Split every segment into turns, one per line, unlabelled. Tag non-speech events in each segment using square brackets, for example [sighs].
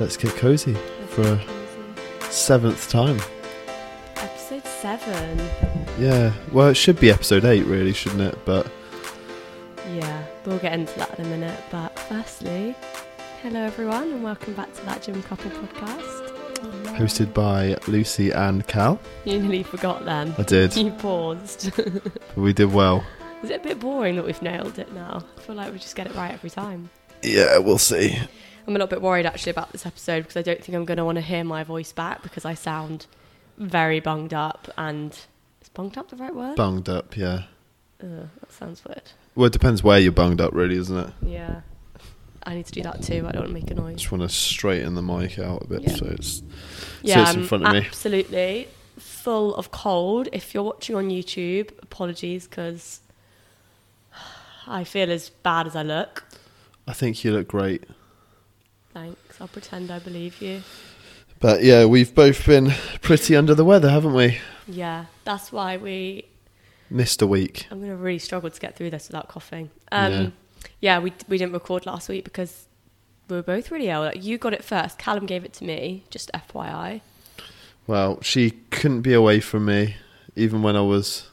Let's get cozy for a seventh time.
Episode seven.
Yeah, well, it should be episode eight, really, shouldn't it? But
Yeah, we'll get into that in a minute. But firstly, hello everyone, and welcome back to that Jim Couple podcast.
hosted by Lucy and Cal.
You nearly forgot them.
I did,
[laughs] You paused.
but we did well.
Is it a bit boring that we've nailed it now? I feel like we just get it right every time.
Yeah, we'll see.
I'm a little bit worried actually about this episode because I don't think I'm going to want to hear my voice back because I sound very bunged up and is bunged up the right word?
Bunged up, yeah.
Ugh, that sounds weird.
Well, it depends where you're bunged up, really, isn't it?
Yeah. I need to do that too. I don't want to make a noise.
Just want to straighten the mic out a bit,
Yeah.
so it's
yeah,
it's in
I'm
front of me.
Absolutely full of cold. If you're watching on YouTube, apologies because I feel as bad as I look.
I think you look great.
Thanks. I'll pretend I believe you.
But yeah, we've both been pretty under the weather, haven't we?
Yeah, that's why we.
Missed a week.
I'm gonna really struggle to get through this without coughing. Um, yeah. we we didn't record last week because we were both really ill. Like, you got it first. Callum gave it to me. Just FYI.
Well, she couldn't be away from me, even when I was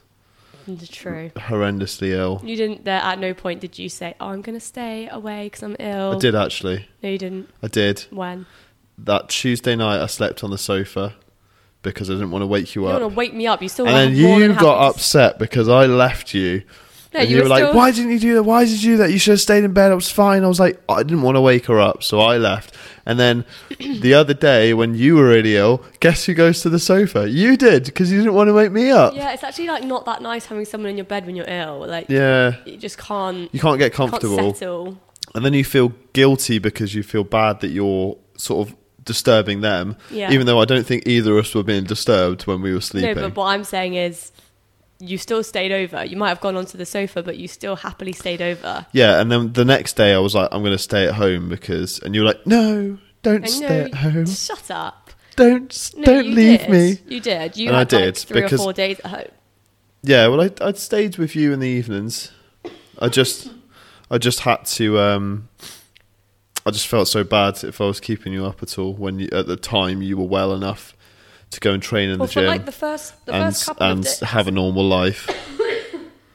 True.
horrendously ill.
You didn't. There at no point did you say, "Oh, I'm gonna stay away because I'm ill."
I did actually.
No, you didn't.
I did.
When?
That Tuesday night, I slept on the sofa because I didn't want to wake you
You
up.
want to wake me up? You still.
and
haven't
then
more
you
than
got
half-
upset because I left you.
No,
and
you, were,
like,
still,
why didn't you do that? Why did you do that? You should have stayed in bed. It was fine. I was like, I didn't want to wake her up, so I left. And then
[clears throat]
the other day, when you were really ill, guess who goes to the sofa? You did because you didn't want to wake me up.
Yeah, it's actually like not that nice having someone in your bed when you're ill. Like
Yeah.
you just can't
You can't get
can't
comfortable.
settle.
and then you feel guilty because you feel bad that you're sort of disturbing them
Yeah.
even though i don't think either of us were being disturbed when we were
No,
sleeping
but what I'm saying is, you still stayed over. You might have gone onto the sofa, but you still happily stayed over.
yeah and then the next day i was like i'm going to stay at home because and you were like no don't
And
stay
no,
at home
Shut up!
don't
No,
don't
you
leave
did.
me
You did. You
And I
had like
did,
three
because-
or four days at home.
yeah well I, i'd stayed with you in the evenings i just i just had to um i just felt so bad if i was keeping you up at all when you, at the time you were well enough to go and train in
Well,
the
for
gym
like the first the
and,
first couple
and
of days.
have a normal life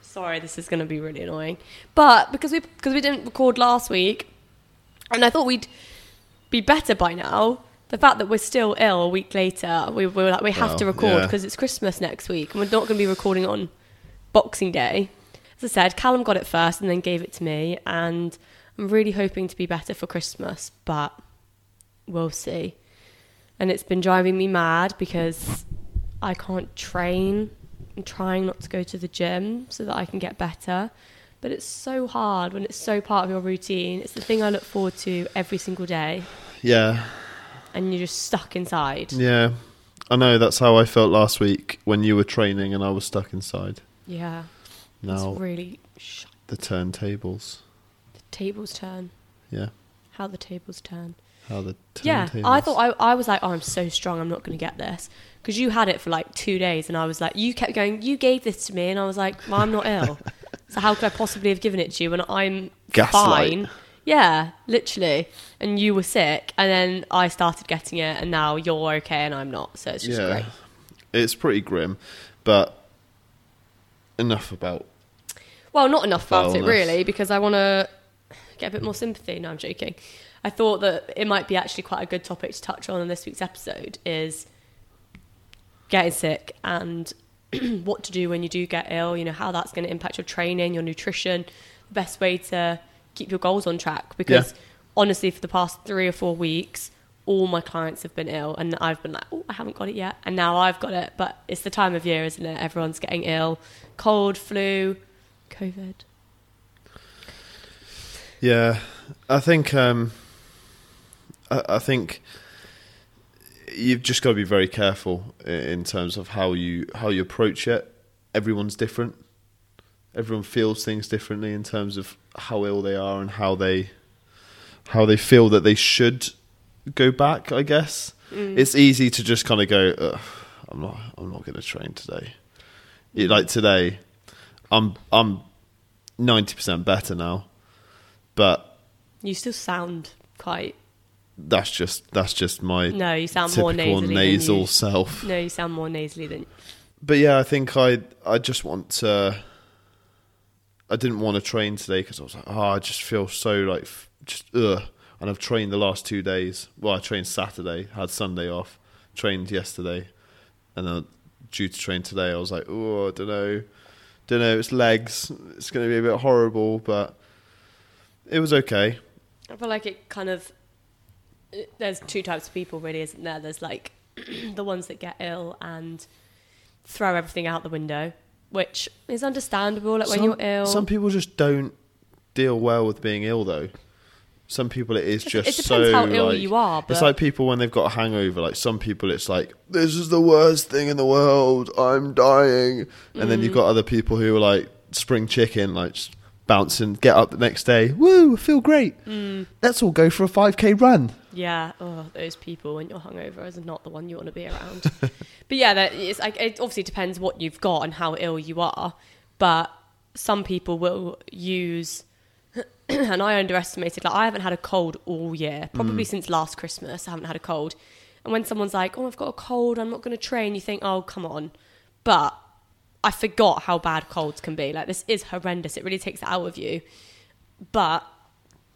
Sorry, this is going to be really annoying. But because we because we didn't record last week, and I thought we'd be better by now. The fact that we're still ill a week later, we we were like we have to
Well,
record
yeah.
because it's Christmas next week, and we're not going to be recording on Boxing Day. As I said, Callum got it first and then gave it to me, and I'm really hoping to be better for Christmas, but we'll see. And it's been driving me mad because I can't train. I'm trying not to go to the gym so that I can get better. But it's so hard when it's so part of your routine. It's the thing I look forward to every single day,
Yeah,
and you're just stuck inside.
yeah. I know that's how I felt last week when you were training and I was stuck inside.
Yeah,
Now
it's really sh-
the turntables.
the tables turn.
Yeah,
How the tables turn.
how the turntables.
Yeah, I thought I, I was like, oh, I'm so strong, I'm not going to get this. Because you had it for like two days, and I was like, you kept going, you gave this to me, and I was like,
[laughs]
well, I'm not ill. so how could I possibly have given it to you when I'm
Gaslight.
fine? Yeah, literally. And you were sick, and then I started getting it, and now you're okay, and I'm not. So it's just
yeah,
great.
it's pretty grim, but enough about.
Well, not enough about it
Foulness.
really, because I want to get a bit more sympathy. No, I'm joking. I thought that it might be actually quite a good topic to touch on in this week's episode is getting sick and [clears throat] what to do when you do get ill. You know how that's going to impact your training, your nutrition, the best way to keep your goals on track. Because honestly, for the past three or four weeks, all my clients have been ill, and I've been like, oh, I haven't got it yet, and now I've got it. But it's the time of year, isn't it? Everyone's getting ill, cold, flu. COVID.
Yeah, I think um, I, I think you've just got to be very careful i- in terms of how you how you approach it. Everyone's different. Everyone feels things differently in terms of how ill they are and how they how they feel that they should go back. I guess it's easy to just kind of go, "Ugh, "I'm not, I'm not going to train today." It- Like today, I'm I'm ninety percent better now, but
You still sound quite
that's just that's just my
No, you sound
typical
more nasally. than
nasal
you-
self.
No, you sound more nasally than.
But yeah, I think I I just want to. I didn't want to train today because I was like, oh, I just feel so like f- just ugh. And I've trained the last two days. Well, I trained Saturday, had Sunday off, trained yesterday, and then due to train today, I was like, oh, I don't know, don't know. It's legs. It's going to be a bit horrible, but it was okay.
I feel like it kind of. it- There's two types of people, really, isn't there? There's like [clears throat] the ones that get ill and throw everything out the window, which is understandable. Like when you're ill,
Some people just don't deal well with being ill, though. Some people it is
It-
just
it depends
so
how ill
like-
you are,
It's
but-
like people when they've got a hangover. Like some people, it's like this is the worst thing in the world. I'm dying. And then
Mm.
you've got other people who are like spring chicken, like just bouncing. Get up the next day. Woo! I feel great.
Mm.
Let's all go for a five k run.
yeah, oh, those people when you're hungover is not the one you want to be around. [laughs] but yeah, that it's like it obviously depends what you've got and how ill you are, but some people will use. [clears throat] and I underestimated. Like I haven't had a cold all year,
Mm.
probably since last Christmas. I haven't had a cold. And when someone's like, "Oh, I've got a cold. I'm not going to train," you think, "Oh, come on." But I forgot how bad colds can be. Like this is horrendous. It really takes it out of you. But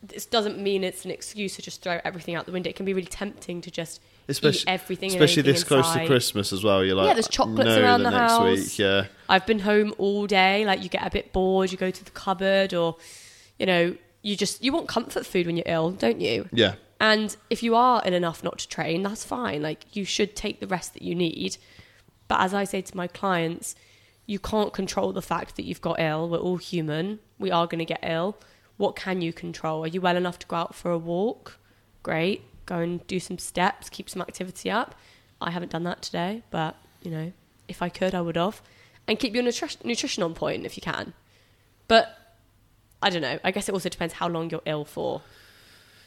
this doesn't mean it's an excuse to just throw everything out the window. It can be really tempting to just eat everything. and
especially
anything
this close to
inside.
Christmas as well. You're like,
there's chocolates
no,
around
the,
the
next
house.
week. Yeah,
I've been home all day. Like you get a bit bored, you go to the cupboard, or you know, you just you want comfort food when you're ill, don't you?
yeah.
And if you are ill enough not to train, that's fine. Like you should take the rest that you need. But as I say to my clients, you can't control the fact that you've got ill. We're all human. We are going to get ill. What can you control? Are you well enough to go out for a walk? Great. Go and do some steps, keep some activity up. I haven't done that today, but you know, if I could, I would have. And keep your nutri- nutrition on point if you can. But I don't know. I guess it also depends how long you're ill for.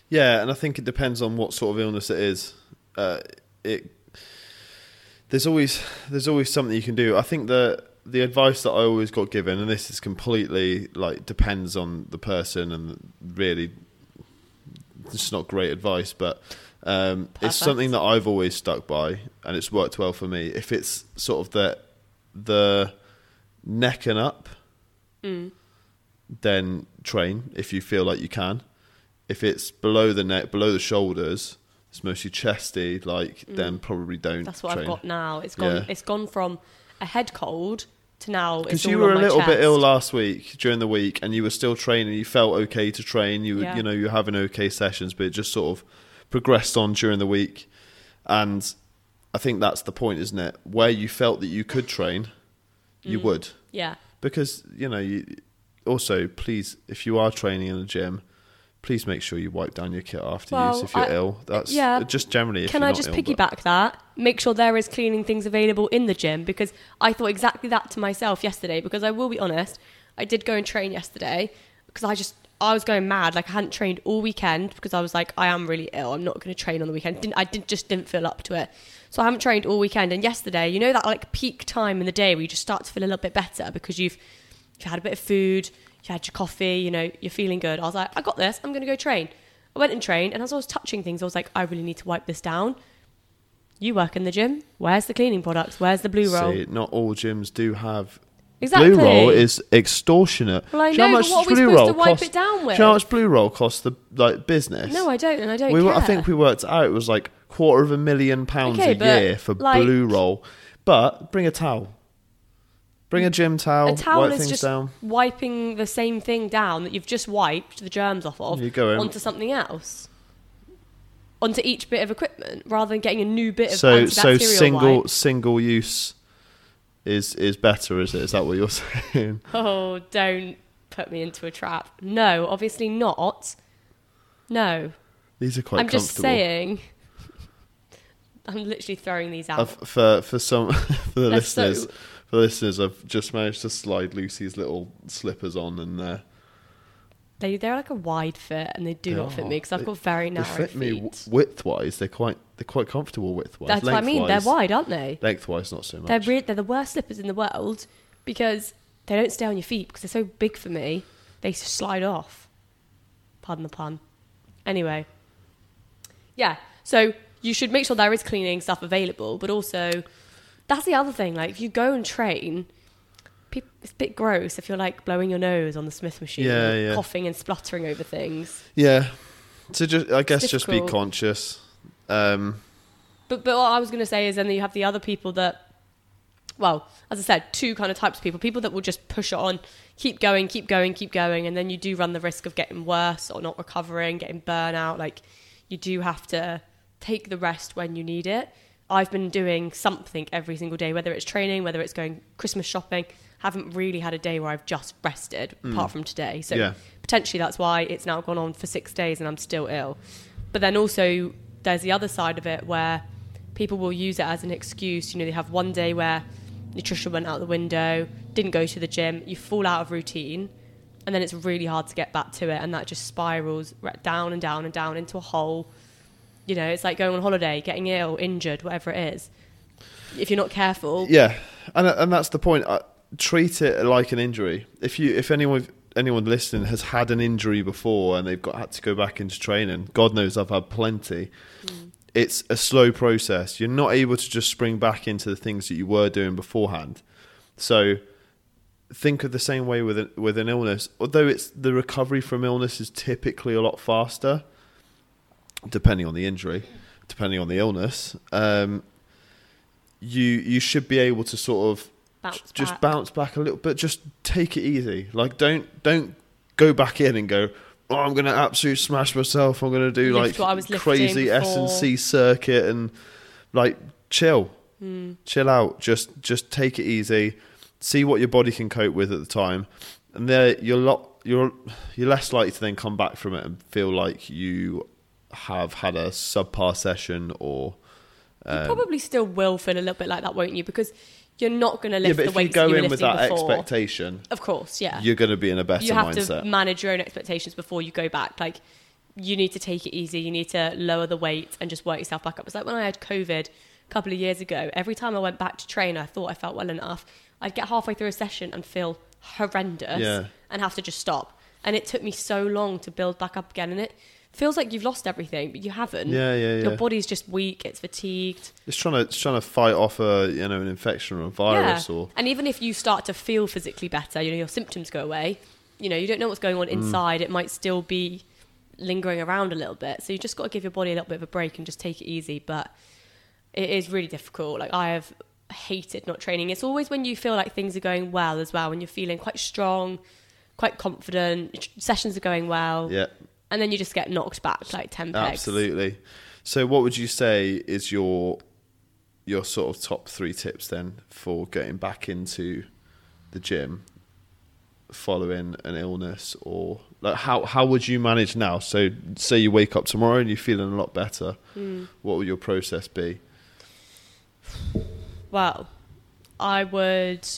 Yeah, and I think it depends on what sort of illness it is. Uh, it there's always there's always something you can do. I think the the advice that I always got given, and this is completely like depends on the person, and really, it's not great advice, but um, it's
Perfect.
something that I've always stuck by, and it's worked well for me. If it's sort of the the neck and up, then train if you feel like you can. If it's below the neck, below the shoulders, it's mostly chesty. Like then probably don't.
Mm. That's what I've
train.
got now. It's gone.
Yeah.
It's gone from a head cold to now. Because
Because you were a little bit ill last week during the week, and you were still training. You felt okay to train. You were,
Yeah.
you know, you were having okay sessions, but it just sort of progressed on during the week. And I think that's the point, isn't it? Where you felt that you could train,
Mm.
you would
Yeah,
because you know you also please if you are training in a gym please make sure you wipe down your kit after
Well,
use if you're
I-
ill that's
yeah.
just generally if
Can
you're
I
not
just
ill, but-
piggyback that? Make sure there is cleaning things available in the gym because I thought exactly that to myself yesterday. Because I will be honest, I did go and train yesterday because I just I was going mad. Like I hadn't trained all weekend because I was like I am really ill. I'm not going to train on the weekend. Didn't, I did just didn't feel up to it. So I haven't trained all weekend. And yesterday, you know that like peak time in the day where you just start to feel a little bit better because you've you had a bit of food, you had your coffee, you know, you're feeling good. I was like, I got this. I'm going to go train. I went and trained, and as I was touching things, I was like, I really need to wipe this down. You work in the gym. Where's the cleaning products? Where's the blue roll?
See, not all gyms do have
Exactly.
blue roll is extortionate
Well, I
Do you know
know,
how much
but what are we
blue
supposed
roll
to wipe
cost-
it down
do you
with?
know how much blue roll costs the like business
No, I don't, and I don't
we were-
care.
I think we worked out it was like quarter of a million pounds
Okay,
a
but,
year for
like-
blue roll but bring a towel bring a gym towel,
a towel
wipe
is
things
just
down
wiping the same thing down that you've just wiped the germs off of
You go in.
onto something else, onto each bit of equipment, rather than getting a new bit of
so so
antibacterial
single
wipe.
single use is is better is it is that what you're [laughs] saying
Oh, don't put me into a trap. No, obviously not. No,
these are quite
I'm
comfortable
just saying. [laughs] I'm literally throwing these out.
I've, Uh, for for some [laughs] for the
They're so-
listeners for the listeners i've just managed to slide lucy's little slippers on and uh,
They they're like a wide fit, and they do
They
not fit
are.
me because I've
They-
got very
they
narrow
fit
feet.
me w- width-wise they're quite they're quite comfortable width-wise
That's what I mean. They're
Lengthwise-
wide, aren't they?
lengthwise not so much
They're re- they're the worst slippers in the world because they don't stay on your feet because they're so big for me. They s- slide off. Pardon the pun. Anyway, Yeah. So you should make sure there is cleaning stuff available, but also that's the other thing. Like if you go and train, peop it's a bit gross if you're like blowing your nose on the Smith machine,
Yeah,
and
yeah.
coughing and spluttering over things.
Yeah. So just, I guess, just be
difficult.
conscious. Um,
But but what I was going to say is then you have the other people that, well, as I said, two kind of types of people: people that will just push it on, keep going, keep going, keep going, and then you do run the risk of getting worse or not recovering, getting burnout. Like you do have to take the rest when you need it. I've been doing something every single day, whether it's training, whether it's going Christmas shopping. Haven't really had a day where I've just rested, apart from today. So
Yeah.
potentially that's why it's now gone on for six days and I'm still ill. But then also there's the other side of it where people will use it as an excuse. You know, they have one day where nutrition went out the window, didn't go to the gym, you fall out of routine, and then it's really hard to get back to it. And that just spirals ra- down and down and down into a hole. You know, it's like going on holiday, getting ill, injured, whatever it is. If you're not careful,
yeah, and and that's the point. I, treat it like an injury. If you, if anyone, anyone listening has had an injury before and they've got had to go back into training, God knows I've had plenty. It's a slow process. You're not able to just spring back into the things that you were doing beforehand. So think of the same way with a, with an illness. Although it's the recovery from illness is typically a lot faster, depending on the injury, depending on the illness. Um, you you should be able to sort of
bounce
just
back.
bounce back a little, but just take it easy. Like don't don't go back in and go. Oh, I'm gonna absolute smash myself. I'm gonna do
Lift what I was
like
lifting
crazy
before.
S and C circuit and like chill, chill out. Just just take it easy. See what your body can cope with at the time, and there you're lot you're you're less likely to then come back from it and feel like you have had a subpar session or Um,
you probably still will feel a little bit like that, won't you? Because you're not going to lift
yeah. But if
the
you
weights that
go
you were
in with
lifting
that
before.
expectation,
Of course, yeah.
you're going to be in a better
you have
mindset.
to manage your own expectations before you go back. Like you need to take it easy. You need to lower the weight and just work yourself back up. It's like when I had COVID a couple of years ago. Every time I went back to train, I thought I felt well enough. I'd get halfway through a session and feel horrendous
Yeah.
and have to just stop. And it took me so long to build back up again. And it feels like you've lost everything, but you haven't.
Yeah, yeah,
Your
yeah.
body's just weak. It's fatigued.
It's trying to it's trying to fight off a you know an infection or a virus or
And even if you start to feel physically better, you know, your symptoms go away, you know, you don't know what's
Mm.
going on inside. It might still be lingering around a little bit. So you just got to give your body a little bit of a break and just take it easy. But it is really difficult. Like I have hated not training. It's always when you feel like things are going well as well, when you're feeling quite strong, quite confident, your tr- sessions are going well.
yeah,
And then you just get knocked back like 10 pegs.
absolutely. So what would you say is your your sort of top three tips then for getting back into the gym following an illness or like how how would you manage now? So say you wake up tomorrow and you're feeling a lot better, what would your process be?
Well, I would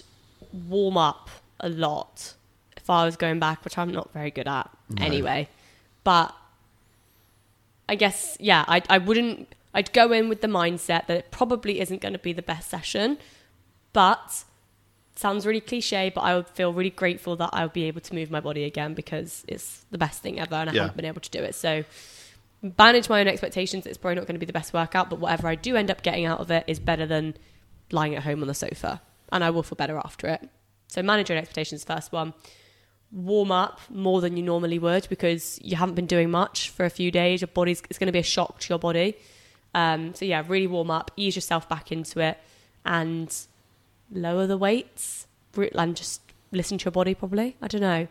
warm up a lot if I was going back, which I'm not very good at anyway. But I guess, yeah, I, I wouldn't, I'd go in with the mindset that it probably isn't going to be the best session, but sounds really cliche, but I would feel really grateful that I would be able to move my body again because it's the best thing ever and I
Yeah.
haven't been able to do it. So manage my own expectations. It's probably not going to be the best workout, but whatever I do end up getting out of it is better than lying at home on the sofa. And I will feel better after it. So manage your own expectations, first one. Warm up more than you normally would because you haven't been doing much for a few days. Your body's it's going to be a shock to your body. Um, so yeah, really warm up, ease yourself back into it, and lower the weights re- and just listen to your body. Probably I don't know.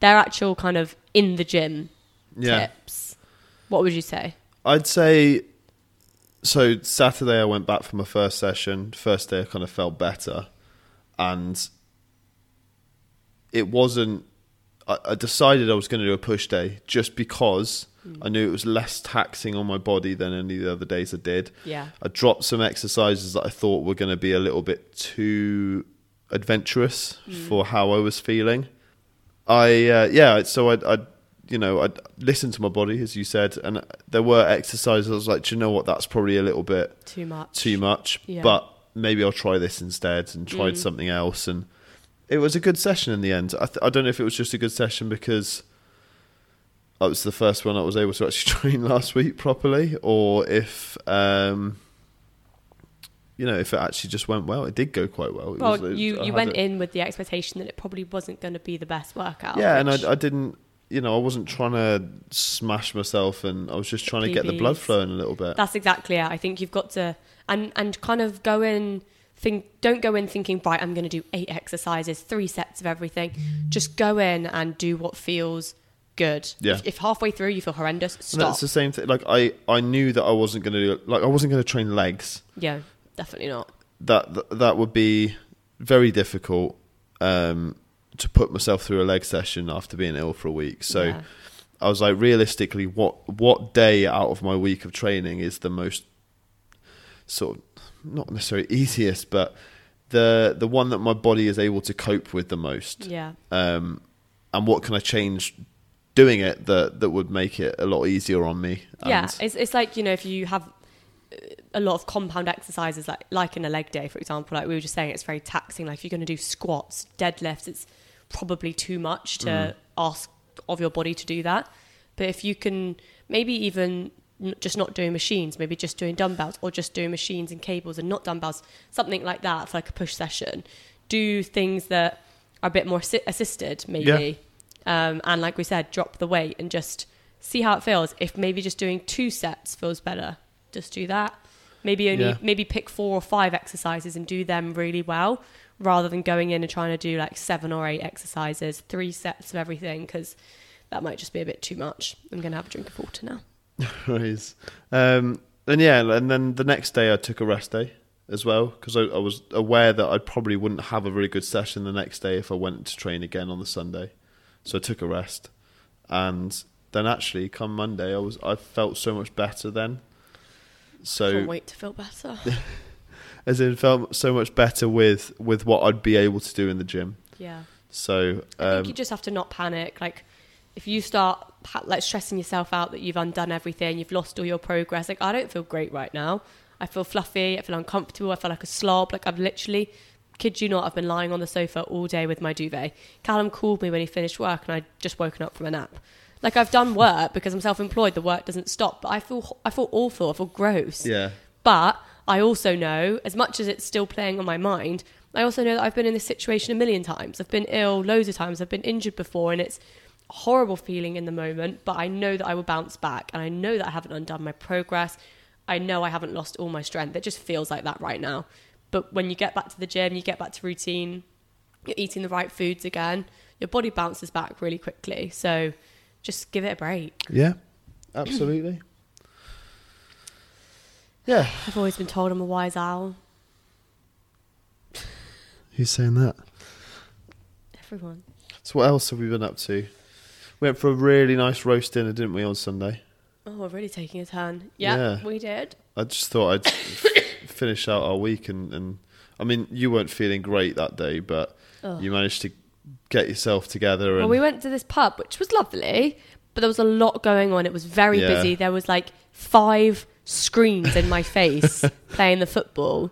They're actual kind of in the gym
Yeah.
tips. What would you say?
I'd say so. Saturday, I went back for my first session. First day, I kind of felt better, and it wasn't. I, I decided I was going to do a push day just because I knew it was less taxing on my body than any of the other days I did.
Yeah.
I dropped some exercises that I thought were going to be a little bit too adventurous for how I was feeling. I uh, yeah, so I I you know I listened to my body as you said, and there were exercises. I was like, do you know what? That's probably a little bit
Too much.
too much,
Yeah. Mm.
but maybe I'll try this instead and tried something else. And it was a good session in the end. I, th- I don't know if it was just a good session because that was the first one I was able to actually [laughs] train last week properly, or if um, you know if it actually just went well. It did go quite well. It
Well,
was- it-
you,
I
you
had
went
it-
in with the expectation that it probably wasn't going to be the best workout.
Yeah,
which-
and I, I didn't. You know, I wasn't trying to smash myself, and I was just trying to get the blood
PBs.
flowing a little bit.
That's exactly it. I think you've got to and and kind of go in think don't go in thinking right I'm going to do eight exercises, three sets of everything. Just go in and do what feels good.
Yeah.
If, if halfway through you feel horrendous,
And
stop.
that's the same thing. Like I, I knew that I wasn't going to do like I wasn't going to train legs.
yeah, definitely not.
That that, that would be very difficult um, to put myself through a leg session after being ill for a week. So
Yeah.
I was like, realistically, what what day out of my week of training is the most sort of not necessarily easiest, but the the one that my body is able to cope with the most
yeah,
um, and what can I change doing it that that would make it a lot easier on me?
yeah.
And-
It's it's like you know if you have uh, a lot of compound exercises like like in a leg day for example like we were just saying it's very taxing like if you're going to do squats deadlifts it's probably too much to ask of your body to do that but if you can maybe even n- just not doing machines maybe just doing dumbbells or just doing machines and cables and not dumbbells something like that for like a push session do things that are a bit more assi- assisted maybe um, and like we said drop the weight and just see how it feels if maybe just doing two sets feels better just do that maybe only
Yeah.
maybe pick four or five exercises and do them really well rather than going in and trying to do like seven or eight exercises three sets of everything because that might just be a bit too much i'm gonna have a drink of water now
Right. Um, and yeah, and then the next day I took a rest day as well because I, I was aware that I probably wouldn't have a really good session the next day if I went to train again on the Sunday, so I took a rest, and then actually come Monday I was I felt so much better then. So
can't wait to
[laughs]
feel better
as in felt so much better with with what I'd be able to do in the gym.
yeah
So
I think
um,
you just have to not panic. Like, if you start pa- like stressing yourself out that you've undone everything, you've lost all your progress. Like, I don't feel great right now. I feel fluffy. I feel uncomfortable. I feel like a slob. Like, I've literally, kid you not, I've been lying on the sofa all day with my duvet. Callum called me when he finished work, and I just woken up from a nap. Like, I've done work because I'm self-employed. The work doesn't stop, but I feel ho- I feel awful. I feel gross.
yeah.
But I also know, as much as it's still playing on my mind, I also know that I've been in this situation a million times. I've been ill loads of times. I've been injured before, and it's a horrible feeling in the moment. But I know that I will bounce back, and I know that I haven't undone my progress. I know I haven't lost all my strength. It just feels like that right now. But when you get back to the gym, you get back to routine, you're eating the right foods again, your body bounces back really quickly. So just give it a break.
Yeah, absolutely. yeah,
I've always been told I'm a wise owl.
who's saying that?
Everyone.
So, what else have we been up to? We went for a really nice roast dinner, didn't we, on Sunday?
Oh, we're really taking a turn.
Yeah,
Yeah,
Yeah.
we did.
I just thought I'd
[coughs]
f- finish out our week, and, and I mean, you weren't feeling great that day, but you managed to get yourself together.
Well,
And
we went to this pub, which was lovely, but there was a lot going on. It was very
Yeah.
busy. There was like five screens
[laughs]
in my face playing the football,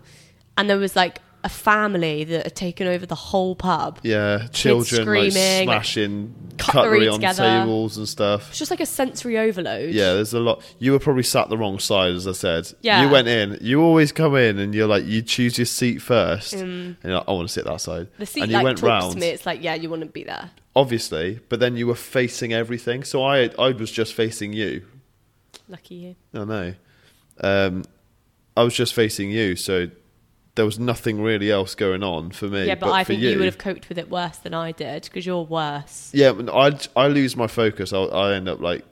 and there was like a family that had taken over the whole pub.
yeah, children like
screaming, like,
smashing
cutlery
on
together.
tables and
It
stuff.
was just like a sensory overload.
Yeah, there's a lot. You were probably sat the wrong side, as I said.
Yeah.
You went in. You always come in and you're like, you choose your seat first. And you're like, I want to sit that side.
Mm. The seat
and you
like
went
talks
round.
to me. It's like, yeah, you want to be there.
obviously, but then you were facing everything. So I I was just facing you.
Lucky you.
I know. Um, I was just facing you, so there was nothing really else going on for me.
yeah, but, I
for
think you. would have coped with it worse than I did because you're worse.
Yeah, and I I lose my focus. I I end up like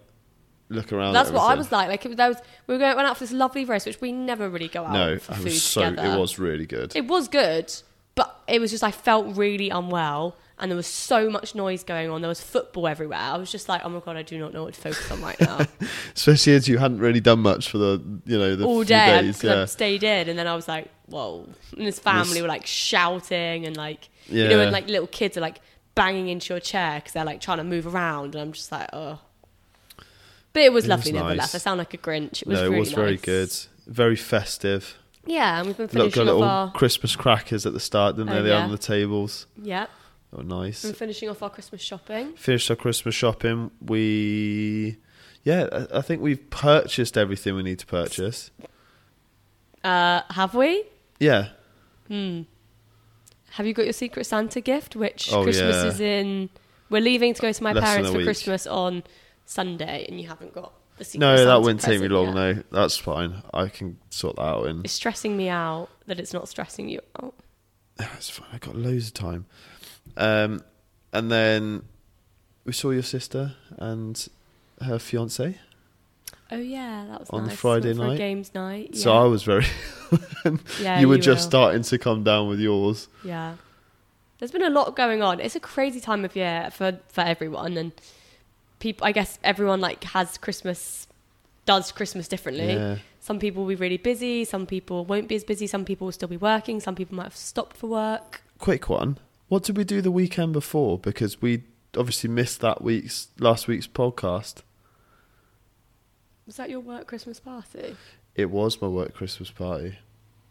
look around.
That's
at
what I
everything.
was like. Like it, was- there was, we were going, went out for this lovely roast, which we never really go out
No,
for
I
food
was so.
together.
It was really good.
It was good, but it was just I felt really unwell, and there was so much noise going on. There was football everywhere. I was just like, oh my god, I do not know what to focus on
[laughs]
right now.
Especially as you hadn't really done much for the you know the
All
few
day
days.
because
Yeah.
I stayed in, and then I was like, whoa. And this family
This-
were like shouting and like you know,
Yeah.
and like little kids are like banging into your chair because they're like trying to move around, and I'm just like, oh. But it was
It was
lovely, nevertheless.
nice.
I sound like a Grinch. It was
no,
really
it was very
nice.
good. Very festive.
Yeah, and we've been
Look,
finishing
got
off
little
our
Christmas crackers at the start, didn't they?
Oh,
They are
yeah.
on the tables.
yeah.
Oh, nice.
And finishing off our Christmas shopping.
Finished our Christmas shopping. We, yeah, I- I think we've purchased everything we need to purchase.
Uh, have we?
Yeah.
Have you got your Secret Santa gift? Which
Oh,
Christmas
yeah.
is in. We're leaving to go to my
Less than
parents
a
for
week.
Christmas on Sunday, and you haven't got the Secret
No,
Santa
that wouldn't take me
present
long.
yet.
No, that's fine. I can sort that out in. [sighs]
It's stressing me out that it's not stressing you out.
That's fine. I got loads of time. Um, and then we saw your sister and her fiance.
Oh yeah, that was
On the
nice.
Friday
Went for a
night?
games night. Yeah.
So I was very. [laughs]
yeah,
you were just
will.
starting to come down with yours.
Yeah. There's been a lot going on. It's a crazy time of year for, for everyone and people I guess everyone like has Christmas does Christmas differently.
Yeah.
Some people will be really busy, some people won't be as busy, some people will still be working, some people might have stopped for work.
Quick one. What did we do the weekend before? Because we obviously missed that week's last week's podcast.
Was that your work Christmas party?
It was my work Christmas party.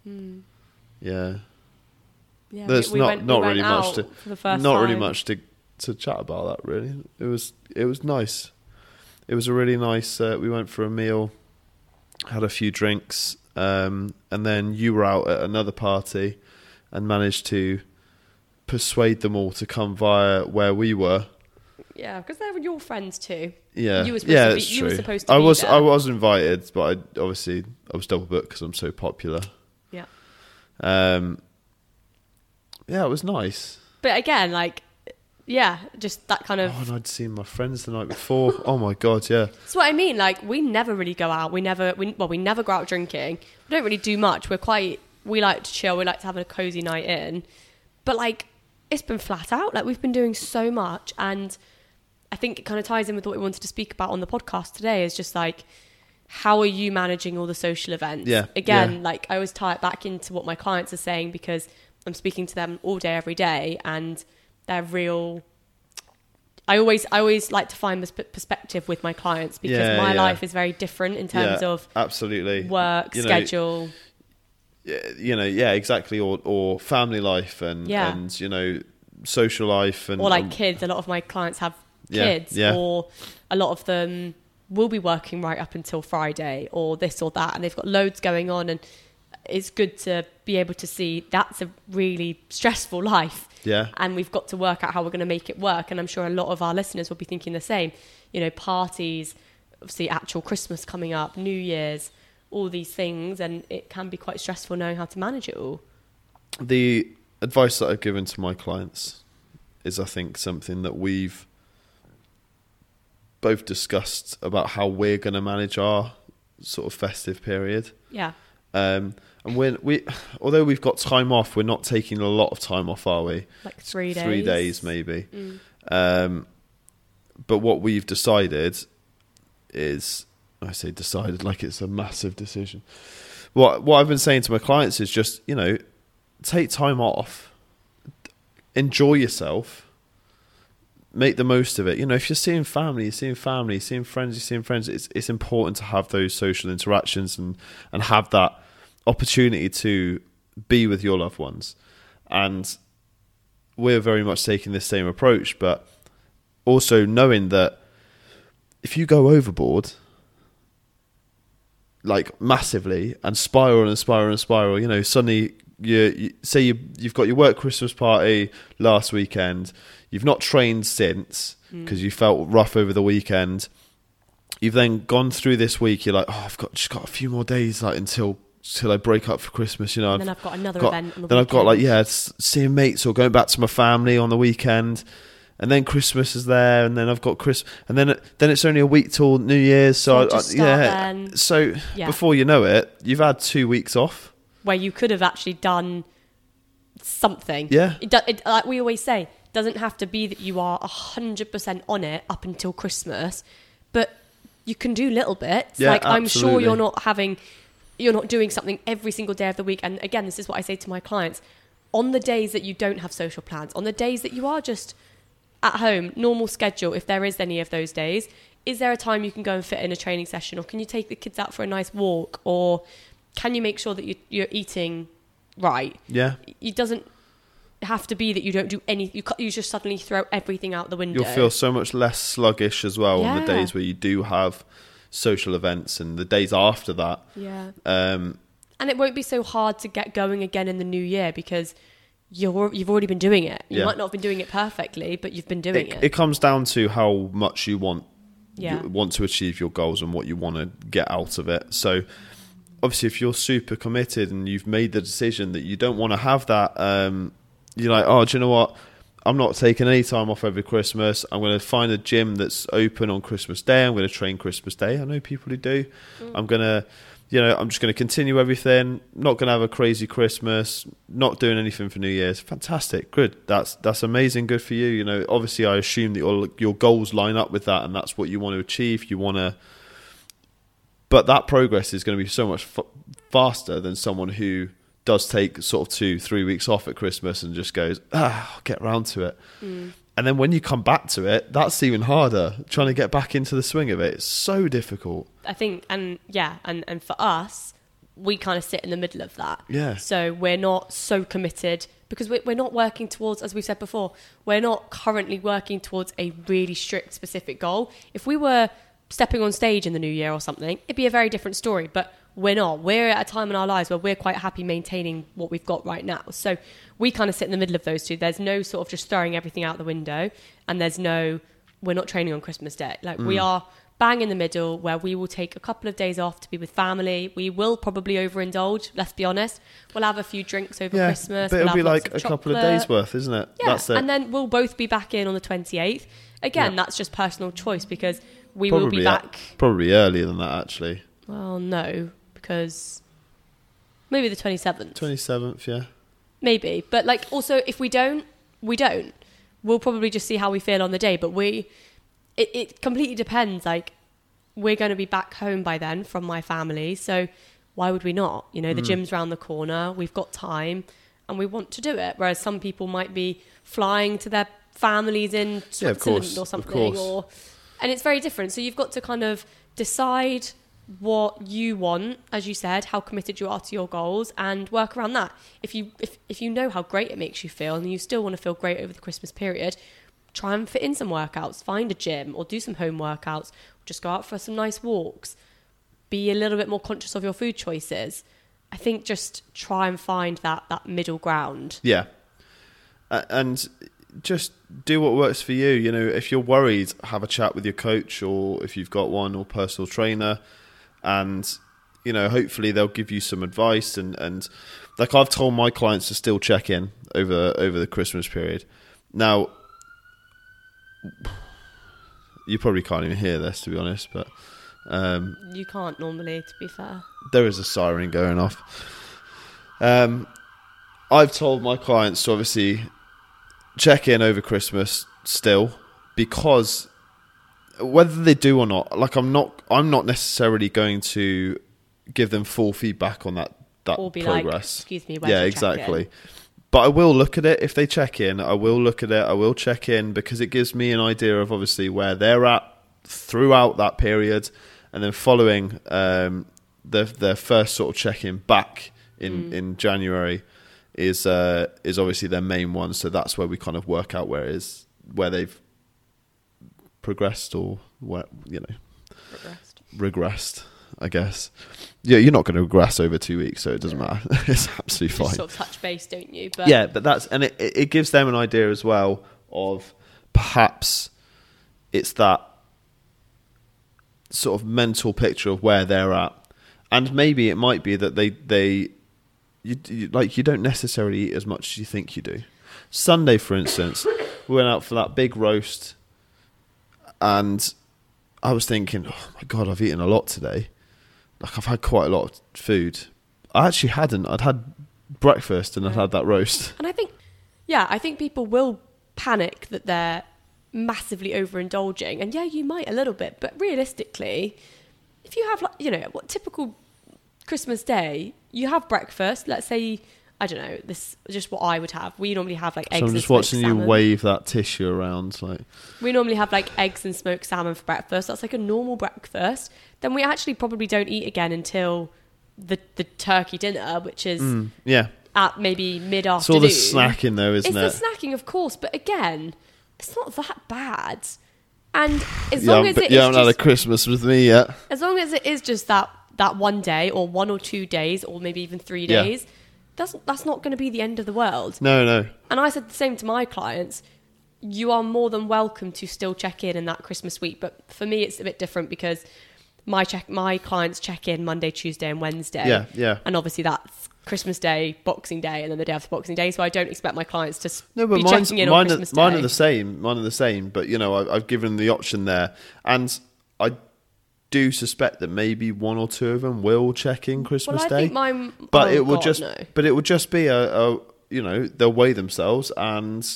Hmm.
Yeah.
Yeah,
There's not- not really much
out
to-
for the first
not really
time.
much to to chat about that really it was it was nice it was a really nice uh, we went for a meal had a few drinks um and then you were out at another party and managed to persuade them all to come via where we were
Yeah, because they're your friends too.
yeah
You were supposed
yeah
to be-
it's
you were
true.
supposed to
i
be
was
there.
i was invited but i obviously i was double booked because i'm so popular
Yeah.
um yeah it was nice
But again, like yeah, just that kind of
Oh, and I'd seen my friends the night
[laughs]
before. oh my god, yeah.
That's what I mean. Like we never really go out. We never. We, well, we never go out drinking. We don't really do much. We're quite. We like to chill. We like to have a cozy night in. But like, it's been flat out. Like we've been doing so much, and I think it kind of ties in with what we wanted to speak about on the podcast today. Is just like, how are you managing all the social events?
Yeah,
Again,
yeah.
like I always tie it back into what my clients are saying because I'm speaking to them all day, every day, and they're real I always I always like to find this p- perspective with my clients because
Yeah,
my
yeah.
life is very different in terms
yeah,
of
absolutely
work
You know,
schedule.
y- You know, yeah, exactly, or or family life and
Yeah.
and you know social life and
or like
and-
kids. A lot of my clients have
um, Yeah,
kids,
yeah.
or a lot of them will be working right up until Friday, or this or that, and they've got loads going on. And it's good to be able to see that's a really stressful [laughs] life.
Yeah.
and we've got to work out how we're going to make it work. And I'm sure a lot of our listeners will be thinking the same. You know, parties, obviously, actual Christmas coming up, New Year's. All these things, and it can be quite stressful knowing how to manage it all.
the advice that I've given to my clients is, I think, something that we've both discussed about how we're going to manage our sort of festive period.
Yeah,
Um, and when we, [sighs] although we've got time off, we're not taking a lot of time off, are we?
like three days.
Three days, maybe. Um, but what we've decided is, I say decided like it's a massive decision. What what I've been saying to my clients is just you know, take time off, enjoy yourself, make the most of it. You know, if you're seeing family, you're seeing family, you're seeing friends, you're seeing friends. It's it's important to have those social interactions and and have that opportunity to be with your loved ones. And we're very much taking this same approach, but also knowing that if you go overboard, like massively, and spiral and spiral and spiral, you know, suddenly you, you say you, you've got your work Christmas party last weekend, you've not trained since
Mm.
because you felt rough over the weekend. You've then gone through this week. You're like, oh, I've got just got a few more days like until till I break up for Christmas. You know,
And
I've
then I've got another
got-
event. On the
then I've got like
weekend.
yeah, s- seeing mates or going back to my family on the weekend, and then Christmas is there, and then I've got Chris, and then it- then it's only a week till New Year's, so,
So
I, I-
just start
yeah.
then.
So
Yeah.
before you know it, you've had two weeks off.
where you could have actually done something.
Yeah.
It, do, it like we always say, doesn't have to be that you are hundred percent on it up until Christmas, but you can do little bits.
Yeah,
like I'm sure
absolutely.
you're not having, you're not doing something every single day of the week. And again, this is what I say to my clients: on the days that you don't have social plans, on the days that you are just at home, normal schedule, if there is any of those days, is there a time you can go and fit in a training session or can you take the kids out for a nice walk or can you make sure that you, you're eating right?
Yeah,
It doesn't, have to be that you don't do any. You ca- you just suddenly throw everything out the window.
You'll feel so much less sluggish as well on the
Yeah.
days where you do have social events and the days after that.
yeah,
Um,
and it won't be so hard to get going again in the new year because you're you've already been doing it. You
Yeah.
might not have been doing it perfectly, but you've been doing
it,
it.
it comes down to how much you want
yeah,
you want to achieve your goals and what you want to get out of it. So obviously, if you're super committed and you've made the decision that you don't want to have that, um, you're like, oh, do you know what? I'm not taking any time off over Christmas. I'm going to find a gym that's open on Christmas Day. I'm going to train Christmas Day. I know people who do. I'm going to, you know, I'm just going to continue everything. Not going to have a crazy Christmas. Not doing anything for New Year's. Fantastic. Good. That's that's amazing. Good for you. You know, obviously, I assume that your your goals line up with that, and that's what you want to achieve. You want to but that progress is going to be so much f- faster than someone who does take sort of two, three weeks off at Christmas and just goes, ah, I'll get round to it.
Mm.
And then when you come back to it, that's even harder. Trying to get back into the swing of it, it's so difficult.
I think, and yeah, and and for us, we kind of sit in the middle of that.
Yeah.
So we're not so committed because we're, we're not working towards, as we said before, we're not currently working towards a really strict specific goal. If we were stepping on stage in the new year or something, it'd be a very different story. But we're not. We're at a time in our lives where we're quite happy maintaining what we've got right now. So we kind of sit in the middle of those two. There's no sort of just throwing everything out the window, and there's no we're not training on Christmas Day. Like
Mm.
we are bang in the middle where we will take a couple of days off to be with family. We will probably overindulge, let's be honest. We'll have a few drinks over
but
Christmas. we'll
it'll
have
be
lots
like a couple of
chocolate.
days worth, isn't it?
Yeah,
That's it.
and then we'll both be back in on the 28th. Again,
Yeah.
that's just personal choice because we will
probably, e-
be back.
probably earlier than that, actually.
Well, no, because maybe the 27th.
27th, yeah.
Maybe. But like also if we don't, we don't. We'll probably just see how we feel on the day. But we it, it completely depends. Like we're gonna be back home by then from my family, so why would we not? You know,
Mm.
the gym's round the corner, we've got time and we want to do it. Whereas some people might be flying to their families in
Yeah, of
Switzerland
course,
or
of
something
course.
or and it's very different. So you've got to kind of decide what you want, as you said, how committed you are to your goals, and work around that. If you if, if you know how great it makes you feel, and you still want to feel great over the Christmas period, try and fit in some workouts, find a gym, or do some home workouts. Just go out for some nice walks. Be a little bit more conscious of your food choices. I think just try and find that that middle ground.
Yeah. A- And just do what works for you. You know, if you're worried, have a chat with your coach or if you've got one or personal trainer. And, you know, hopefully they'll give you some advice. And, and like I've told my clients to still check in over, over the Christmas period. Now, you probably can't even hear this, to be honest, but um,
You can't normally, to be fair.
there is a siren going off. Um, I've told my clients to obviously check in over Christmas still because whether they do or not, like I'm not, I'm not necessarily going to give them full feedback on that that
Or be like,
progress.
excuse me, where's
yeah,
your check-in?"
exactly. But I will look at it if they check in. I will look at it. I will check in because it gives me an idea of obviously where they're at throughout that period, and then following um, their their first sort of check in back in in January is uh, is obviously their main one. So that's where we kind of work out where it is where they've progressed or where you know
Progressed.
regressed. I guess. Yeah, you're not going to regress over two weeks, so it doesn't matter. [laughs] it's absolutely
Just
fine
sort of touch base, don't you? But
yeah, but that's and it, it it gives them an idea as well of perhaps it's that sort of mental picture of where they're at, and maybe it might be that they they you, you like you don't necessarily eat as much as you think you do. Sunday, for instance, we went out for that big roast, and I was thinking, oh my god, I've eaten a lot today. Like I've had quite a lot of food. I actually hadn't. I'd had breakfast and I'd had that roast.
And I think, yeah, I think people will panic that they're massively overindulging. And yeah, you might a little bit, but realistically, if you have, like, you know, what typical Christmas day, you have breakfast. Let's say, I don't know, this is just what I would have. We normally have like eggs.
So I'm
and
just
smoked
watching you
salmon.
wave that tissue around, like
We normally have like eggs and smoked salmon for breakfast. That's like a normal breakfast. Then we actually probably don't eat again until the the turkey dinner, which is
mm, yeah,
at maybe mid
It's
afternoon.
all the snacking though, isn't it?
it's the snacking, of course, but again, it's not that bad. And as
you
long
haven't,
as it
you
is
haven't had a
just,
Christmas with me yet.
as long as it is just that that one day or one or two days or maybe even three
Yeah.
days, that's that's not going to be the end of the world.
No, no.
And I said the same to my clients. You are more than welcome to still check in in that Christmas week, but for me it's a bit different because my check my clients check in Monday, Tuesday, and Wednesday.
Yeah, yeah.
And obviously that's Christmas Day, Boxing Day, and then the day after Boxing Day. So I don't expect my clients to s-
No, but
be
mine's,
checking in
mine,
on Christmas
are, mine
Day.
are the same. Mine are the same. But you know, I, I've given the option there, and I do suspect that maybe one or two of them will check in Christmas
I
Day.
think mine-
but
oh,
it will
God,
just,
no.
but it will just be a, a, you know, they'll weigh themselves and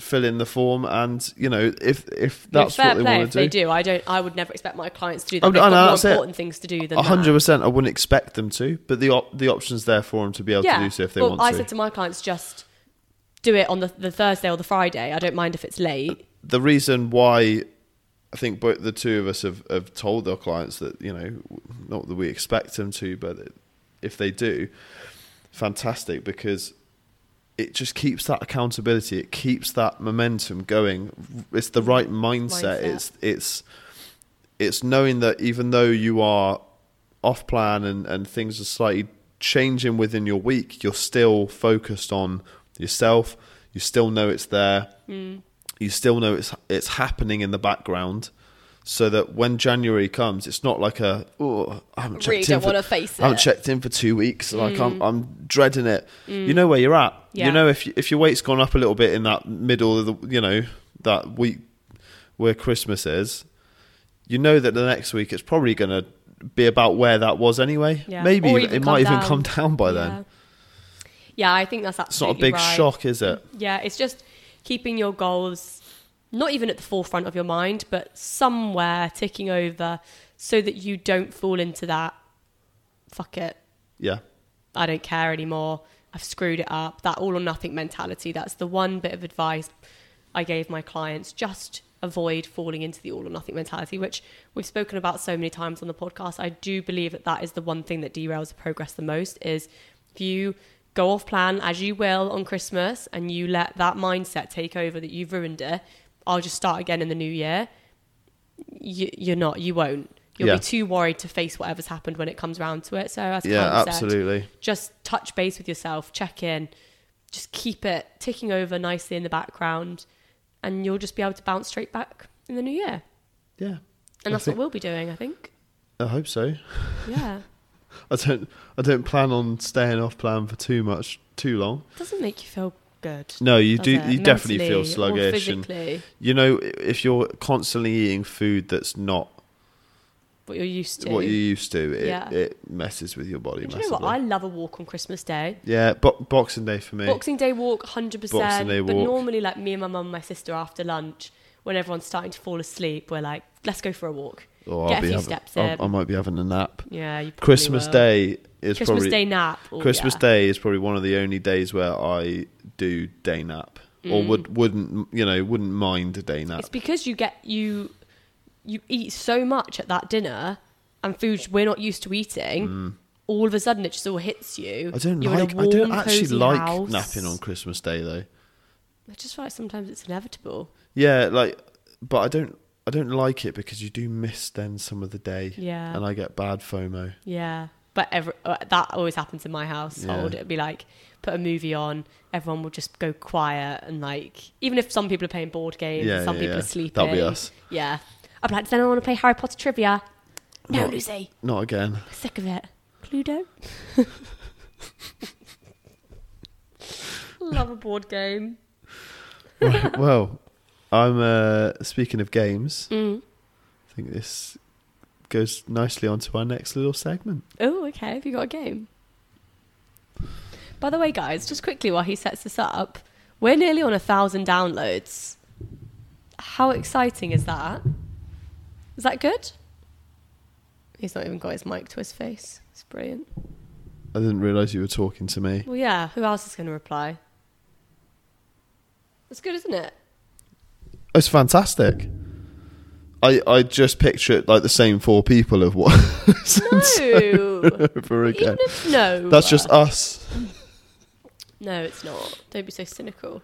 fill in the form, and you know, if if
No,
that's what they
play
want
if
to
they
do.
do. I don't. I would never expect my clients to do
Oh,
that. They've
no, no,
got
that's
more
it.
important things to do than
A hundred
that.
percent, I wouldn't expect them to, but the op- the option's there for them to be able
Yeah.
to do so if they
well,
want
I
to.
said to my clients, just do it on the, the Thursday or the Friday. I don't mind if it's late.
the reason why I think both the two of us have, have told our clients that you know not that we expect them to, but if they do, fantastic because it just keeps that accountability, it keeps that momentum going. It's the right mindset.
Mindset.
It's it's it's knowing that even though you are off plan and, and things are slightly changing within your week, you're still focused on yourself. You still know it's there.
Hmm.
You still know it's it's happening in the background. So that when January comes, it's not like a oh I haven't checked
Really
in
don't
for-
wanna face
I haven't
it." Hmm.
checked in for two weeks. Like I'm I'm dreading it. You know where you're at.
Yeah.
You know if if your weight's gone up a little bit in that middle of the you know that week where Christmas is, you know that the next week it's probably going to be about where that was anyway.
Yeah.
Maybe
Or
it
even
might
come
even
down.
come down Uh, by then.
Yeah, I think that's
It's not a
absolutely
big
right.
shock, is it?
Yeah, it's just keeping your goals not even at the forefront of your mind, but somewhere ticking over so that you don't fall into that fuck it,
Yeah.
I don't care anymore. I've screwed it up. That all or nothing mentality. That's the one bit of advice I gave my clients. Just avoid falling into the all or nothing mentality, which we've spoken about so many times on the podcast. I do believe that that is the one thing that derails the progress the most is if you go off plan as you will on Christmas and you let that mindset take over that you've ruined it, I'll just start again in the new year. You, you're not. You won't. You'll
Yeah.
be too worried to face whatever's happened when it comes round to it. So as
Yeah,
Callum said,
absolutely.
just touch base with yourself, check in, just keep it ticking over nicely in the background, and you'll just be able to bounce straight back in the new year.
Yeah.
And
I
that's
think-
what we'll be doing, I think.
I hope so.
Yeah.
I don't I don't plan on staying off plan for too much too long.
Doesn't make you feel good.
No, you do
does it?
you definitely
Mentally or
feel sluggish and
physically,
you know i- if you're constantly eating food that's not
what you're used to.
what you're used to, it
Yeah.
it messes with your body
Do you know
massively.
what? I love a walk on Christmas Day.
yeah, bo- boxing day for me.
Boxing Day walk, hundred
Boxing
percent.
Day
But
walk.
normally, like me and my mum, and my sister, after lunch, when everyone's starting to fall asleep, we're like, "Let's go for a walk."
Or Oh,
Get
I'll be
a few
having,
steps
I,
in.
I might be having a nap.
Yeah, you probably
Christmas
will.
Day is
Christmas
probably
Day nap. or-
Christmas
yeah.
Day is probably one of the only days where I do day nap or would wouldn't you know wouldn't mind a day nap.
Mm. It's because you get you you eat so much at that dinner and foods we're not used to eating. All of a sudden, it just all hits you.
Mm. I don't
You're in a
like I don't
warm,
actually
cosy
like
house.
napping on Christmas Day though.
I just feel like sometimes it's inevitable.
Yeah, like but I don't I don't like it because you do miss then some of the day.
Yeah.
And I get bad FOMO.
Yeah, but every, uh, that always happens in my household.
Yeah.
It'd be like put a movie on, everyone will just go quiet, and like even if some people are playing board games,
Yeah,
and some
yeah,
people
yeah.
are sleeping.
That'll be us.
Yeah, I'd be like, does anyone want to play Harry Potter trivia? No,
Not-
Lucy,
Not again. [laughs]
I'm sick of it. Cluedo. [laughs] Love a board game.
Right, well, I'm uh speaking of games,
Mm.
I think this goes nicely onto our next little segment.
Oh, okay. Have you got a game? By the way, guys, just quickly while he sets this up, we're nearly on a thousand downloads. How exciting is that? Is that good? He's not even got his mic to his face. It's brilliant.
I didn't realise you were talking to me.
Well, yeah. Who else is going to reply? It's good, isn't [laughs] it?
It's fantastic. I I just picture it like the same four people of what [laughs]
No.
over
Even
again.
if no. uh,
That's just us.
No, it's not. Don't be so cynical.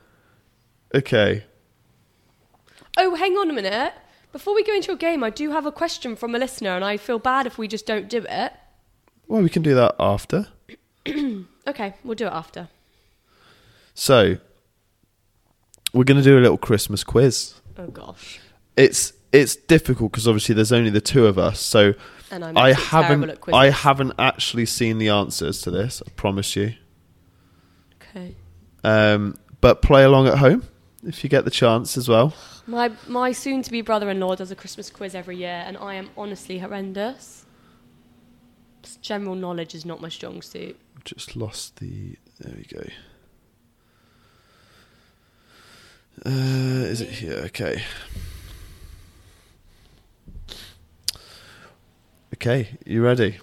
Okay.
Oh, hang on a minute. Before we go into a game, I do have a question from a listener, and I feel bad if we just don't do it.
Well, we can do that after.
Okay, we'll do it after.
So, we're going to do a little Christmas quiz.
Oh gosh,
It's it's difficult because obviously there's only the two of us. So,
and I'm
I
actually terrible
haven't
at quizzes.
I haven't actually seen the answers to this. I promise you.
okay.
Um, but play along at home if you get the chance as well.
My my soon-to-be brother-in-law does a Christmas quiz every year, and I am honestly horrendous. Just General knowledge is not my strong suit.
Just lost the. There we go. Uh, is it here? Okay. Okay, you ready?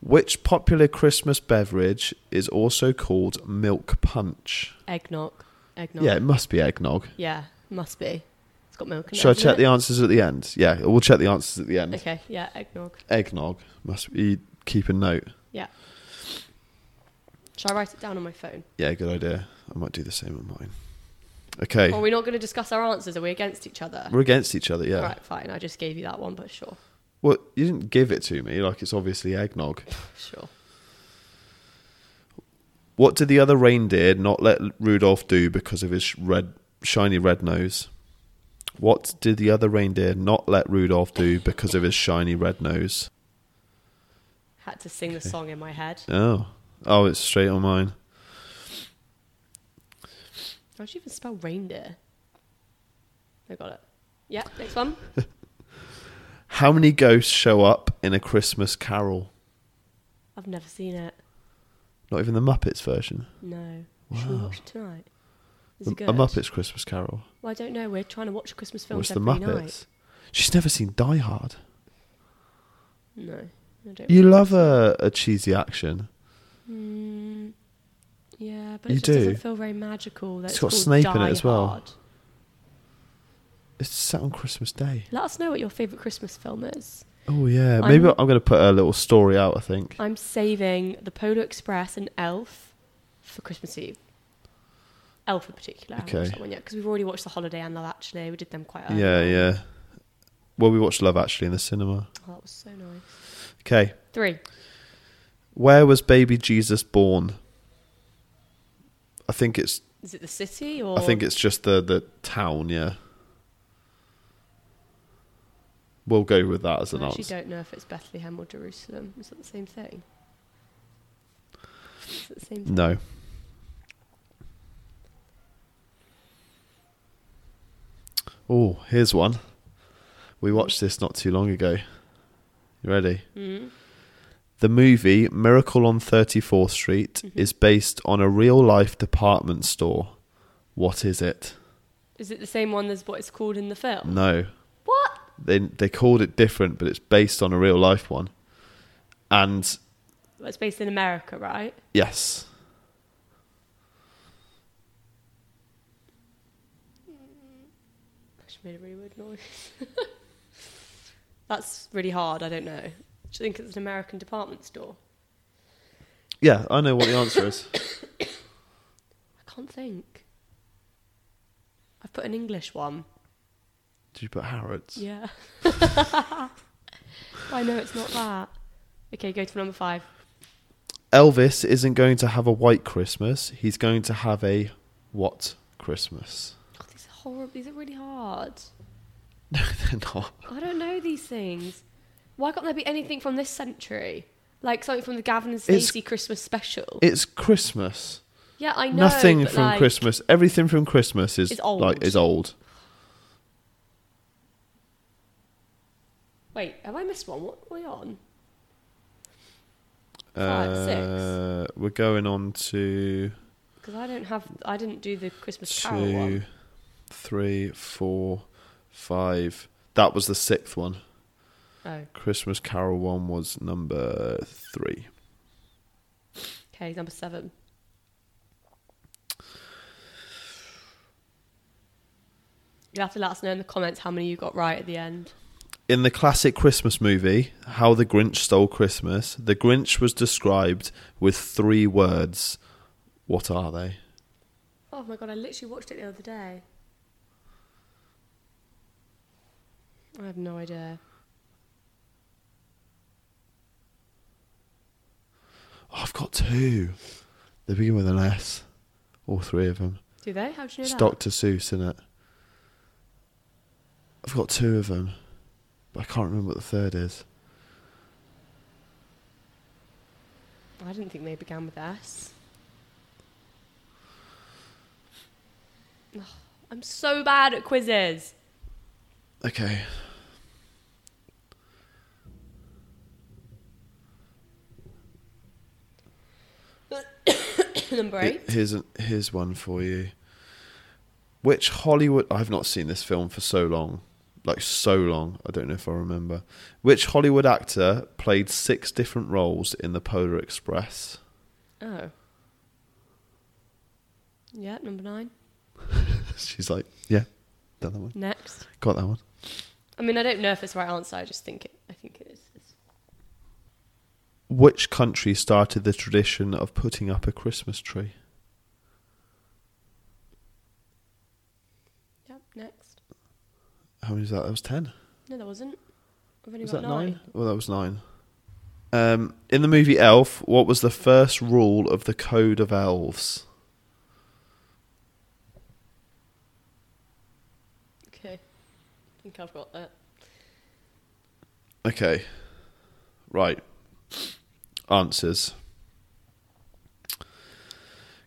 Which popular Christmas beverage is also called milk punch?
Eggnog, eggnog.
Yeah, it must be eggnog.
Yeah, must be. It's got milk. in it,
Shall I
hasn't
check
it?
the answers at the end? Yeah, we'll check the answers at the end.
Okay, yeah, eggnog.
Eggnog must be keep a note.
Yeah. Shall I write it down on my phone?
Yeah, good idea. I might do the same on mine. Okay,
Or are we not going to discuss our answers? Are we against each other?
we're against each other. Yeah.
All right, fine. I just gave you that one, but sure,
Well, you didn't give it to me. Like it's obviously eggnog.
sure.
What did the other reindeer not let Rudolph do because of his red, shiny red nose? What did the other reindeer not let Rudolph do because of his shiny red nose?
Had to sing the song in my head.
Oh, oh, it's straight on mine.
How do you even spell reindeer? I got it. Yeah, next one.
How many ghosts show up in a Christmas Carol?
I've never seen it.
Not even the Muppets version.
No. Should we watch it tonight? Is
The-
it
a
good?
Muppets Christmas Carol.
Well, I don't know. We're trying to watch Christmas films
What's the
every
Muppets?
night.
She's never seen Die Hard.
No, I don't.
You love a, a cheesy action.
Mm, yeah, but
You
it just
do.
doesn't feel very magical. that
It's
it's
got
called
Snape in it
Die
as well.
Hard.
It's set on Christmas Day.
Let us know what your favourite Christmas film is.
Oh yeah, maybe I'm,
I'm-
going to put a little story out. I think
I'm saving The Polar Express and Elf for Christmas Eve. Elf in particular. I haven't
Okay.
watched that one yet because we've already watched The Holiday and Love Actually. We did them quite early.
yeah,
on.
yeah. Well, we watched Love Actually in the cinema.
Oh, that was so nice.
Okay,
Three.
where was baby Jesus born? I think it's
Is it the city or?
I think it's just the the town. Yeah, we'll go with that as an
I actually
answer.
don't know if it's Bethlehem or Jerusalem. Is that the same thing? Is it the same thing?
No, Oh, here's one. We watched this not too long ago. You ready?
Mhm.
The movie Miracle on 34th Street is based on a real life department store. What is it?
Is it the same one as what it's called in the film?
No.
What?
They they called it different, but it's based on a real life one. And
Well, It's based in America, right?
yes.
I just made a really weird noise. [laughs] That's really hard. I don't know. Do you think it's an American department store?
Yeah, I know what the answer is.
I can't think. I've put an English one.
Did you put Harrods?
[laughs] Yeah. I know it's not that. Okay, go to number five.
Elvis isn't going to have a white Christmas. He's going to have a what Christmas?
God, these are horrible. These are really hard.
No, [laughs] they're not.
I don't know these things. Why can't there be anything from this century? Like something from the Gavin and
It's-
Stacey Christmas special.
It's Christmas.
yeah, I know.
Nothing
but
from
like,
Christmas. Everything from Christmas is
Is old.
like is old.
Wait, have I missed one? What are we on? Five, six.
Uh, we're going on to
Because I don't have. I didn't do the Christmas Carol
two,
one.
three, four, five. That was the sixth one.
Oh,
Christmas Carol one was number three.
okay, number seven. You'll have to let us know in the comments how many you got right at the end.
In the classic Christmas movie, How the Grinch Stole Christmas, the Grinch was described with three words. What are they?
Oh my god, I literally watched it the other day. I have no idea.
Oh, I've got two. They begin with an S. All three of them.
Do they? How do you know
It's
that?
Dr. Seuss in it. I've got two of them, but I can't remember what the third is.
I didn't think they began with S. Ugh, I'm so bad at quizzes. [coughs]
Okay.
Number
He-
eight.
Here's an, here's one for you. Which Hollywood? I've not seen this film for so long, like so long. I don't know if I remember. Which Hollywood actor played six different roles in the Polar Express? [laughs]
Oh. Yeah, number nine.
She's like, yeah, done that one,
Next.
got that one.
I mean, I don't know if it's the right answer. I just think it. I think it is.
Which country started the tradition of putting up a Christmas tree?
Yep. Next.
How many was that? That was ten.
No, there wasn't. I've only
Was
got
that nine? Well, that was nine. Um, in the movie Elf, what was the first rule of the Code of Elves?
Okay. I think I've got uh, that.
Okay. Right. Answers.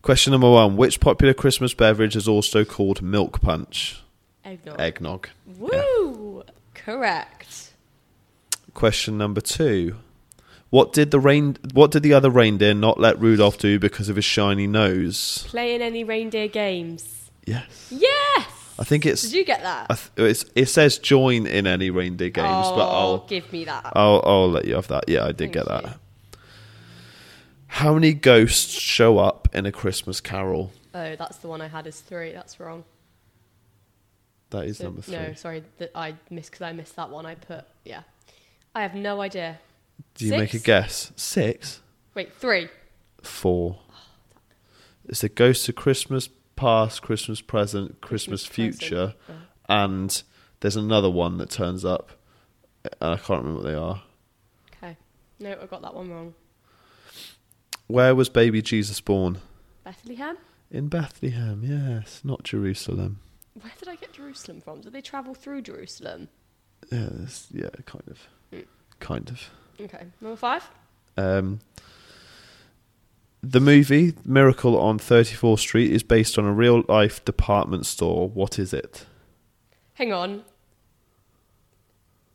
Question number one Which popular Christmas beverage is also called milk punch?
Eggnog.
Eggnog.
Woo! Correct.
Question number two. What did the rain what did the other reindeer not let Rudolph do because of his shiny nose?
Playing any reindeer games?
Yes.
Yes.
I think it's,
Did you get that?
I th- it's it says join in any reindeer games, but
Oh,
I'll
give me that.
I'll I'll let you have that. Yeah, I did
Thank
get that.
you.
How many ghosts show up in a Christmas carol?
Oh, that's the one I had as three. That's wrong.
That is
So-
number three.
No, sorry, that I missed because I missed that one. I put yeah. I have no idea.
Do you make a
Six?
guess? Six,
Wait, three.
four. It's the ghosts of Christmas past, Christmas present, Christmas,
Christmas present.
future,
Oh.
and there's another one that turns up, and I can't remember what they are.
Okay. No, I got that one wrong.
Where was baby Jesus born?
Bethlehem.
In Bethlehem, yes, not Jerusalem.
Where did I get Jerusalem from? Did they travel through Jerusalem?
Yeah, that's- yeah, kind of,
Hmm.
kind of.
Okay. Number five.
Um, the movie Miracle on 34th Street is based on a real life department store. What is it?
Hang on.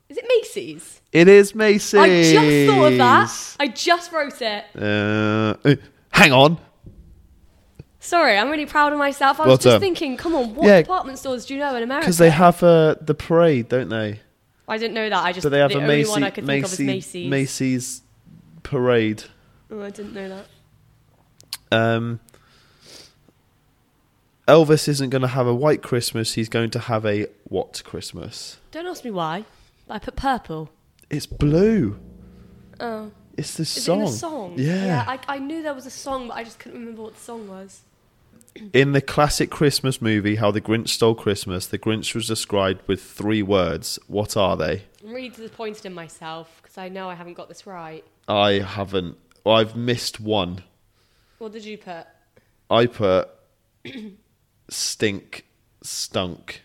Is it Macy's?
It is Macy's.
I just thought of that. I just wrote it.
Uh, eh, hang on.
Sorry, I'm really proud of myself. I was
Well
just
done.
thinking, come on, what
Yeah.
department stores do you know in America?
Because they have uh, the parade, don't they?
I didn't know that. I just
So they have
the
a
only
Macy,
one I could think of was
Macy-
Macy's.
Macy's parade.
Oh, I didn't know that.
Um, Elvis isn't going to have a white Christmas. He's going to have a what Christmas?
Don't ask me why. But I put purple.
It's blue.
Oh,
It's this
is
song.
it in a song?
Yeah.
I, I knew there was a song, but I just couldn't remember what the song was.
In the classic Christmas movie, How the Grinch Stole Christmas, the Grinch was described with three words. What are they?
I'm really disappointed in myself because I know I haven't got this right.
I haven't. well, I've missed one.
What did you put?
I
[coughs]
put stink, stunk,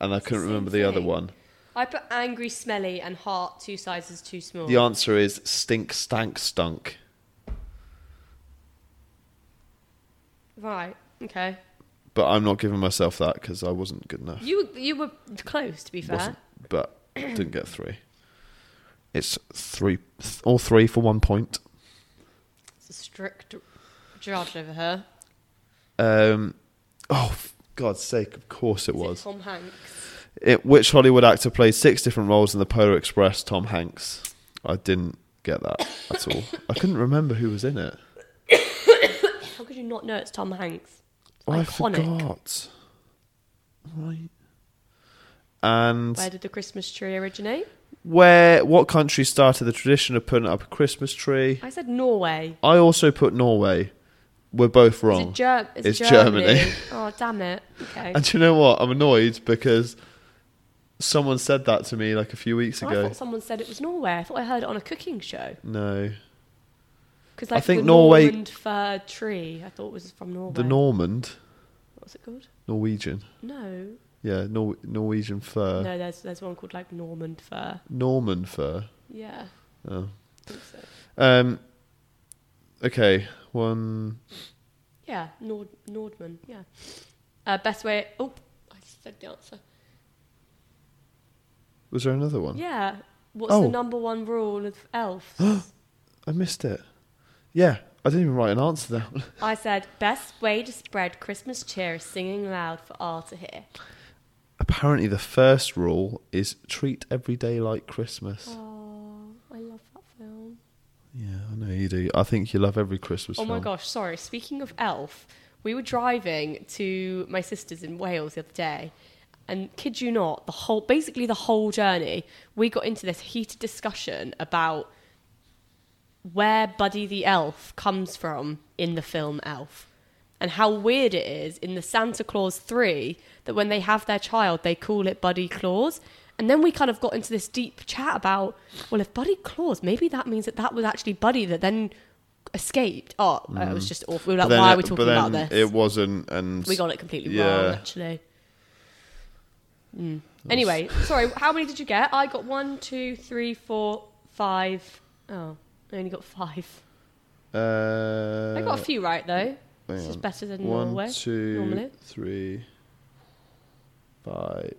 and I couldn't
same
remember the other
thing.
one.
I put angry, smelly, and heart two sizes too small.
The answer is stink, stank, stunk.
Right.
[sighs]
Okay.
But I'm not giving myself that because I wasn't good enough.
You were- you were close to be fair.
Wasn't, but
[coughs]
didn't get three. It's three, th- all three for one point.
It's a strict judge over her.
Um, oh, for God's sake! Of course it
Is
was.
Tom Hanks.
It, which Hollywood actor played six different roles in the Polar Express? Tom Hanks. I didn't get that at [laughs] all. I couldn't remember who was in it.
How could you not know it's Tom Hanks?
Oh, I
Iconic.
forgot. Right. And
Where did the Christmas tree originate?
where what country started the tradition of putting up a Christmas tree?
I said Norway.
I also put Norway. We're both
Is
wrong.
it Ger- is
It's
it
Germany.
Germany? oh, damn it. Okay.
And do you know what? I'm annoyed because someone said that to me like a few weeks
Oh, I
ago.
thought someone said it was Norway. I thought I heard it on a cooking show.
No.
Because
I
like
think
the
Norway-
Norland fir tree, I thought was from Norway.
The Normand,
What's it called?
Norwegian.
No,
Yeah, Nor- Norwegian fir.
no. There's there's one called like Normand fir.
Norman fir.
Yeah.
Oh.
I think so.
Um Okay, one
Yeah, Nord Nordman. Yeah. Uh, best way. Oh, I just said the answer.
was there another one?
Yeah. What's
Oh.
the number one rule of
[gasps]
elves?
I missed it. Yeah, I didn't even write an answer down. [laughs]
I said best way to spread Christmas cheer is singing loud for all to hear.
Apparently, the first rule is treat every day like Christmas.
Oh, I love that film.
Yeah, I know you do. I think you love every Christmas.
Oh my
film.
gosh, sorry. Speaking of Elf, we were driving to my sister's in Wales the other day, and kid you not, the whole basically the whole journey, we got into this heated discussion about where Buddy the Elf comes from in the film Elf. And how weird it is in the Santa Claus 3 that when they have their child, they call it Buddy Claus. And then we kind of got into this deep chat about, well, if Buddy Claus, maybe that means that that was actually Buddy that then escaped. Oh, it was just awful. We were
Mm. But
like,
then
why
it-
are we talking
but then
about this?
It wasn't, and
we got it completely
Yeah.
wrong, actually. Mm. Anyway, sorry, how many did you get? I got one, two, three, four, five. Oh, I only got five.
Uh,
I got a few right though.
hang
This is
on.
better than
One,
Norway.
two,
normally.
three, five,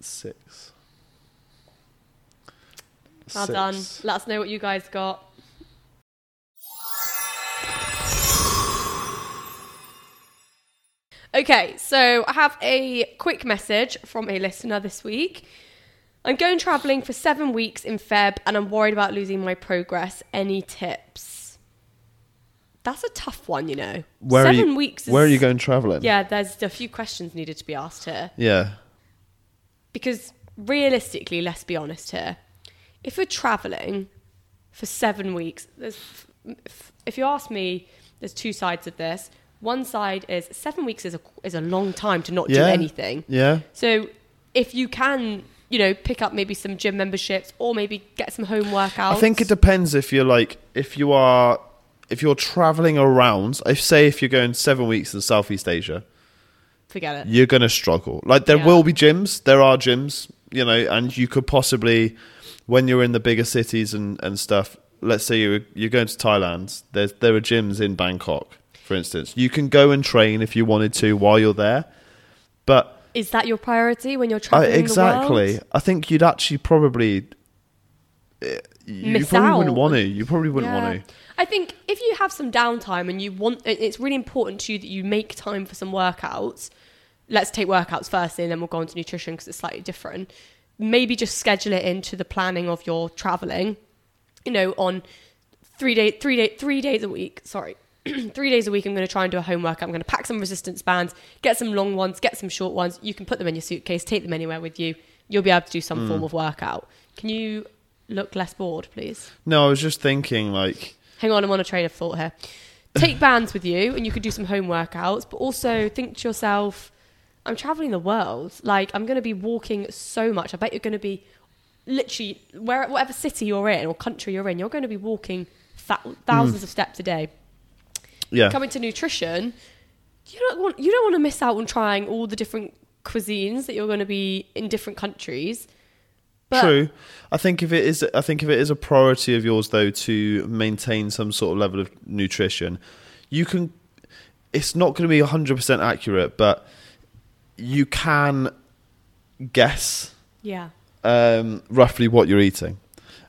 six.
Well done.
Six.
Let us know what you guys got. Okay, so I have a quick message from a listener this week. I'm going travelling for seven weeks in Feb and I'm worried about losing my progress. Any tips? That's a tough one, you know.
Where
seven
are you,
weeks is.
Where are you going traveling?
Yeah, there's a few questions needed to be asked here.
Yeah.
because realistically, let's be honest here. If you're traveling for seven weeks, there's, if- if you ask me, there's two sides of this. One side is seven weeks is a, is a long time to not do
Yeah.
anything.
Yeah.
So if you can, you know, pick up maybe some gym memberships or maybe get some home workouts.
I think it depends if you're like if you are if you're traveling around. I say if you're going seven weeks in Southeast Asia,
Forget it.
you're gonna struggle. Like there
Yeah.
will be gyms, there are gyms, you know, and you could possibly when you're in the bigger cities and and stuff. Let's say you're you're going to Thailand. There's there are gyms in Bangkok, for instance. You can go and train if you wanted to while you're there, but
Is that your priority when you're
I,
traveling? The
exactly.
world?
I think you'd actually probably. eh, You
Miss
probably wouldn't
out.
want to. You probably wouldn't want to.
I think if you have some downtime and you want, it- it's really important to you that you make time for some workouts. Let's take workouts first, and then we'll go on to nutrition because it's slightly different. Maybe just schedule it into the planning of your traveling. You know, on three day, three day, three days a week. Sorry, [clears throat] three days a week. I'm going to try and do a home workout. I'm going to pack some resistance bands, get some long ones, get some short ones. You can put them in your suitcase, take them anywhere with you. You'll be able to do some form of workout. Can you look less bored, please?
No, I was just thinking, like,
Hang on, I'm on a train of thought here. Take bands with you, and you could do some home workouts, but also think to yourself, I'm traveling the world. Like, I'm going to be walking so much. I bet you're going to be literally, where, whatever city you're in or country you're in, you're going to be walking thou- thousands of steps a day.
yeah,
Coming to nutrition, you don't want you don't want to miss out on trying all the different cuisines that you're going to be in different countries. But
true. I think if it is, I think if it is a priority of yours though to maintain some sort of level of nutrition, you can. It's not going to be hundred percent accurate, but you can guess
yeah,
um, roughly what you're eating,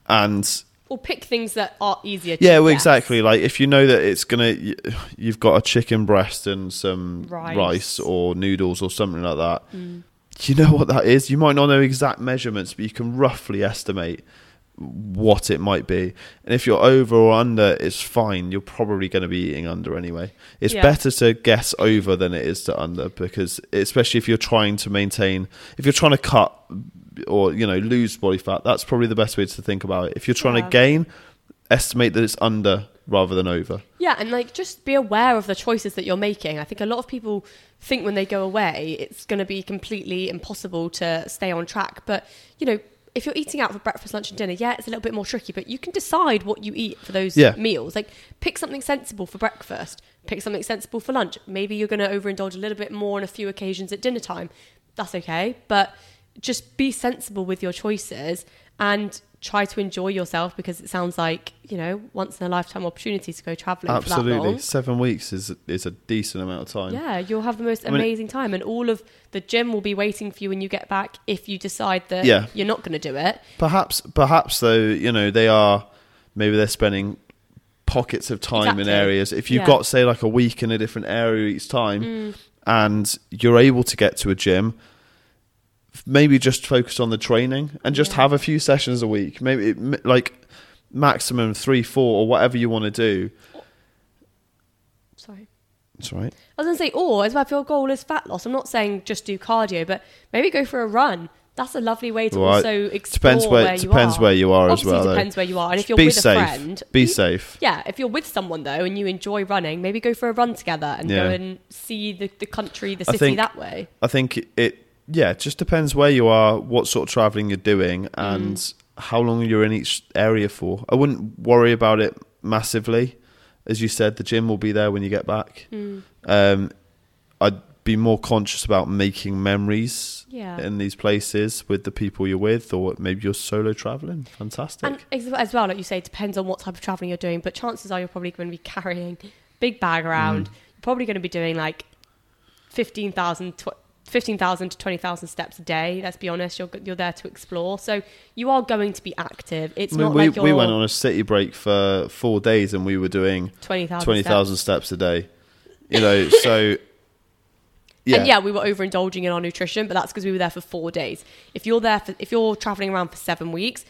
and
or pick things that are easier. to
Yeah, well,
get.
exactly. Like if you know that it's gonna, y- you've got a chicken breast and some rice,
Rice. Mm.
or noodles or something like that. You know what that is. You might not know exact measurements, but you can roughly estimate what it might be. And if you're over or under, it's fine. You're probably going to be eating under anyway. It's
Yeah.
better to guess over than it is to under because, especially if you're trying to maintain, if you're trying to cut or you know lose body fat, that's probably the best way to think about it. If you're trying
Yeah.
to gain, estimate that it's under rather than over.
Yeah, and like just be aware of the choices that you're making. I think a lot of people think when they go away, it's going to be completely impossible to stay on track. But, you know, if you're eating out for breakfast, lunch, and dinner, yeah, it's a little bit more tricky, but you can decide what you eat for those
Yeah.
meals. Like, pick something sensible for breakfast, pick something sensible for lunch. Maybe you're going to overindulge a little bit more on a few occasions at dinner time. That's okay. But just be sensible with your choices and try to enjoy yourself because it sounds like, you know, once in a lifetime opportunity to go traveling for that long.
Absolutely, seven weeks is is a decent amount of time.
Yeah, you'll have the most
I mean, it-
amazing time, and all of the gym will be waiting for you when you get back if you decide that
Yeah.
you're not going to do it.
Perhaps, perhaps though, you know, they are maybe they're spending pockets of time in
Exactly.
areas. If you've
Yeah. Mm.
got say like a week in a different area each time, and you're able to get to a gym, f- maybe just focus on the training and just
Yeah.
have a few sessions a week. Maybe it, m- like maximum three, four, or whatever you want to do.
Sorry.
That's right.
I was going to say, or as well, if your goal is fat loss, I'm not saying just do cardio, but maybe go for a run. That's a lovely way to
Right.
also explore
Depends where,
you
depends
are.
where you are
Obviously
as well. though.
depends where you are, and if you're
be
with
safe.
a friend,
be
you-
safe.
Yeah, if you're with someone though and you enjoy running, maybe go for a run together and go
Yeah.
and see the, the country, the
I
city
think-
that way.
I think it, yeah, it just depends where you are, what sort of traveling you're doing,
Mm.
and how long you're in each area for. I wouldn't worry about it massively. As you said, the gym will be there when you get back.
Mm.
Um, I'd be more conscious about making memories
Yeah.
in these places with the people you're with, or maybe you're solo traveling. Fantastic.
And ex- as well, like you say, it depends on what type of traveling you're doing, but chances are you're probably going to be [laughs] carrying big bag
Mm.
around. You're probably going to be doing like 15,000 tw- 15,000 to 20,000 steps a day. Let's be honest, you're, go- you're there to explore. So you are going to be active. It's
I mean,
not
we,
like you're
we went on a city break for four days and we were doing
20,000 steps.
20,000 steps a day. You know,
[laughs]
so.
And yeah, we were overindulging in our nutrition, but that's because we were there for four days. If you're there for, if you're traveling around for seven weeks,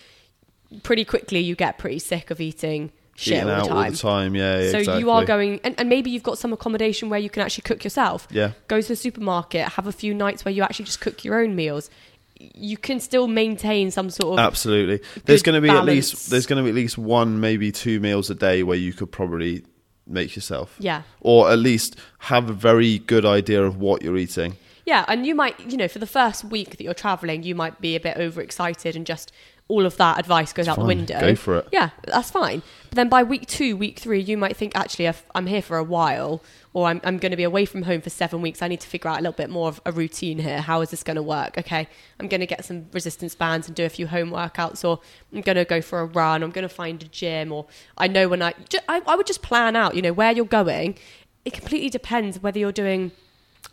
pretty quickly you get pretty sick of eating shit
eating
all
out
the
all
time.
the time. Yeah, yeah
so
exactly.
you are going, and, and maybe you've got some accommodation where you can actually cook yourself.
Yeah,
Go to the supermarket, have a few nights where you actually just cook your own meals. You can still maintain some sort of
absolutely. There's
good
going to be at
balance.
least there's going to be at least one, maybe two meals a day where you could probably make yourself,
yeah,
or at least have a very good idea of what you're eating.
yeah. And you might, you know, for the first week that you're traveling, you might be a bit overexcited and just all of that advice goes out
Fine,
the window.
Go for it.
[laughs] Yeah, that's fine. But then by week two, week three, you might think, actually, I've- I'm here for a while, or I'm, I'm going to be away from home for seven weeks. I need to figure out a little bit more of a routine here. How is this going to work? Okay, I'm going to get some resistance bands and do a few home workouts, or I'm going to go for a run, I'm going to find a gym, or I know when I, ju- I, I would just plan out, you know, where you're going. It completely depends whether you're doing.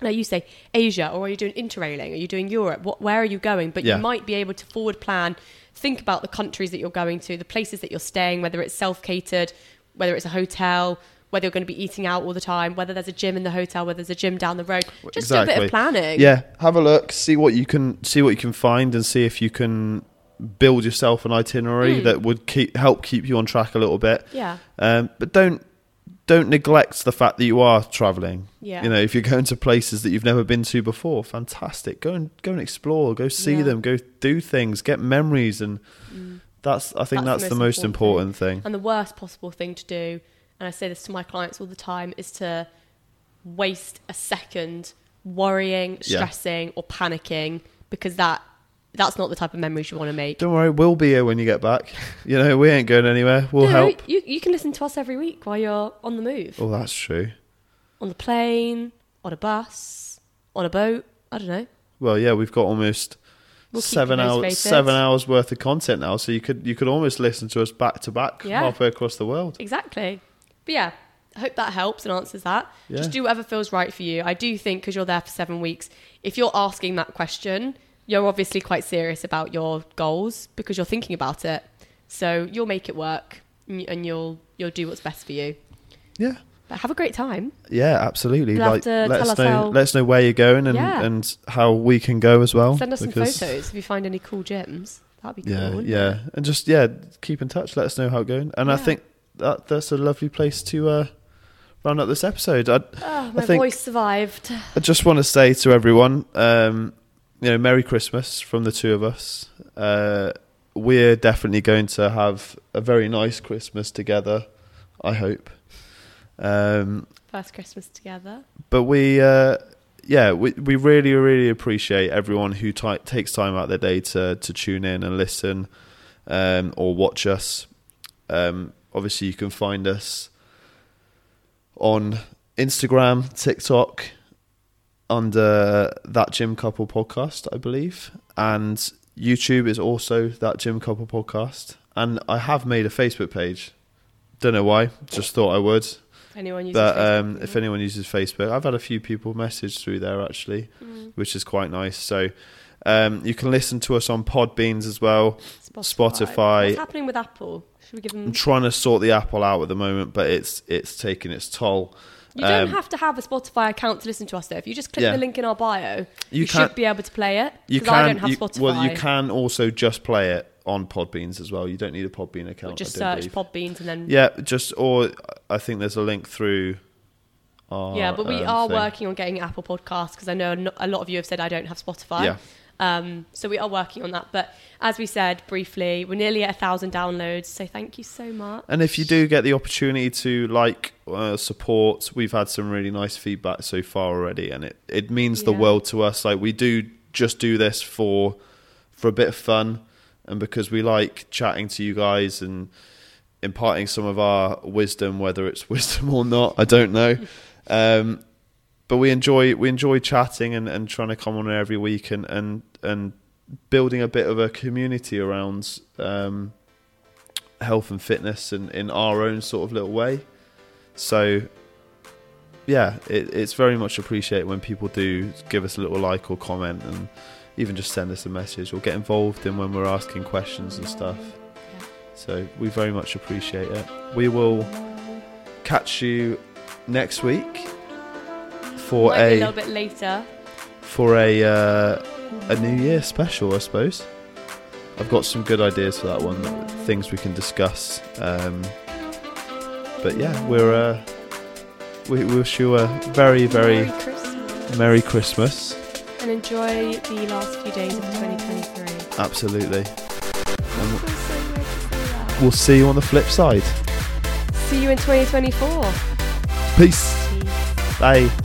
Like you say, Asia, or are you doing interrailing? Are you doing Europe? What, where are you going? But
Yeah.
you might be able to forward plan, think about the countries that you're going to, the places that you're staying, whether it's self catered, whether it's a hotel, whether you're going to be eating out all the time, whether there's a gym in the hotel, whether there's a gym down the road. Just do a bit
Exactly.
of planning.
Yeah, have a look, see what you can see what you can find, and see if you can build yourself an
Hmm.
itinerary that would keep help keep you on track a little bit.
Yeah.
Um, but don't don't neglect the fact that you are traveling.
Yeah.
You know, if you're going to places that you've never been to before, fantastic. Go and go and explore. Go see
Yeah. Mm.
them. Go do things. Get memories, and that's I think that's, the most important, thing.
And the worst possible thing to do, and I say this to my clients all the time, is to waste a second worrying,
Yeah.
stressing, or panicking because that that's not the type of memories you want to make.
Don't worry, we'll be here when you get back. [laughs] You know, we ain't going anywhere. We'll
No,
help.
You, you can listen to us every week while you're on the move,
Oh, that's true.
on the plane, on a bus, on a boat. I don't know.
Well, yeah, we've got almost
We'll keep you
seven hours
motivated.
seven hours worth of content now. So you could you could almost listen to us back to back
Yeah.
halfway across the world.
Exactly. But yeah, I hope that helps and answers that.
Yeah.
Just do whatever feels right for you. I do think because you're there for seven weeks, if you're asking that question, you're obviously quite serious about your goals because you're thinking about it. So you'll make it work and y- and you'll you'll do what's best for you.
Yeah.
But have a great time.
Yeah, absolutely.
You'll have
Like,
to
let
tell
us
us
know.
how-
Let us know where you're going and,
Yeah.
and how we can go as well.
Send us some
because-
photos if you find any cool gyms. That'd That'd be cool.
Oh, yeah,
wouldn't
yeah,
it?
and just yeah, keep in touch. Let us know how it's going. And I
Yeah.
think that that's a lovely place to uh, round up this episode. I
Ah, my
think-
voice survived.
I just want to say to everyone, um, you know, Merry Christmas from the two of us. Uh, we're definitely going to have a very nice Christmas together. I hope. Um,
First Christmas together.
but we uh yeah we, we really really appreciate everyone who ti takes time out their day to to tune in and listen um or watch us um obviously you can find us on instagram tiktok under that gym couple podcast i believe and youtube is also that gym couple podcast and i have made a facebook page don't know why just thought i would
If anyone uses
but
Facebook,
um,
you
if
know.
anyone uses Facebook, I've had a few people message through there actually,
Mm.
which is quite nice. So um, you can listen to us on Podbeans as well.
Mm.
Spotify-
What's happening with Apple? Should we give them?
I'm trying to sort the Apple out at the moment, but it's it's taking its toll.
You don't
um,
have to have a Spotify account to listen to us though. If you just click
Yeah.
the link in our bio,
You
you,
can't-
should be able to play it.
You
'cause I
can
don't have
you-
Spotify.
well, you can also just play it on Podbeans as well. You don't need a Podbean
Or
account.
just
I don't
search
believe.
Podbeans and then.
Yeah, just or I think there's a link through. Our,
Yeah, but we
um,
are
thing.
working on getting Apple Podcasts because I know a no- a lot of you have said I don't have Spotify.
Yeah.
Um, so we are working on that. But as we said briefly, we're nearly at a thousand downloads. So thank you so much.
And if you do get the opportunity to like, uh, support, we've had some really nice feedback so far already, and it, it means the
Yeah.
world to us. Like we do just do this for for a bit of fun, and because we like chatting to you guys and imparting some of our wisdom, whether it's [laughs] wisdom or not, I don't know. Um, but we enjoy we enjoy chatting and, and trying to come on every week and and and building a bit of a community around um, health and fitness and in our own sort of little way. So yeah, it, it's very much appreciated when people do give us a little like or comment and even just send us a message or get involved in when we're asking questions and stuff. So we very much appreciate it. We will catch you next week for
Might be a
a
little bit later.
for a uh, a New Year special, I suppose. I've got some good ideas for that one, things we can discuss. Um, but yeah, we're uh, we we wish you a very very
Merry Christmas.
Merry Christmas.
and enjoy the last few days of 2023.
Absolutely, and
I'm so glad to say that.
we'll see you on the flip side.
See you in 2024.
Peace.
Peace.
Bye.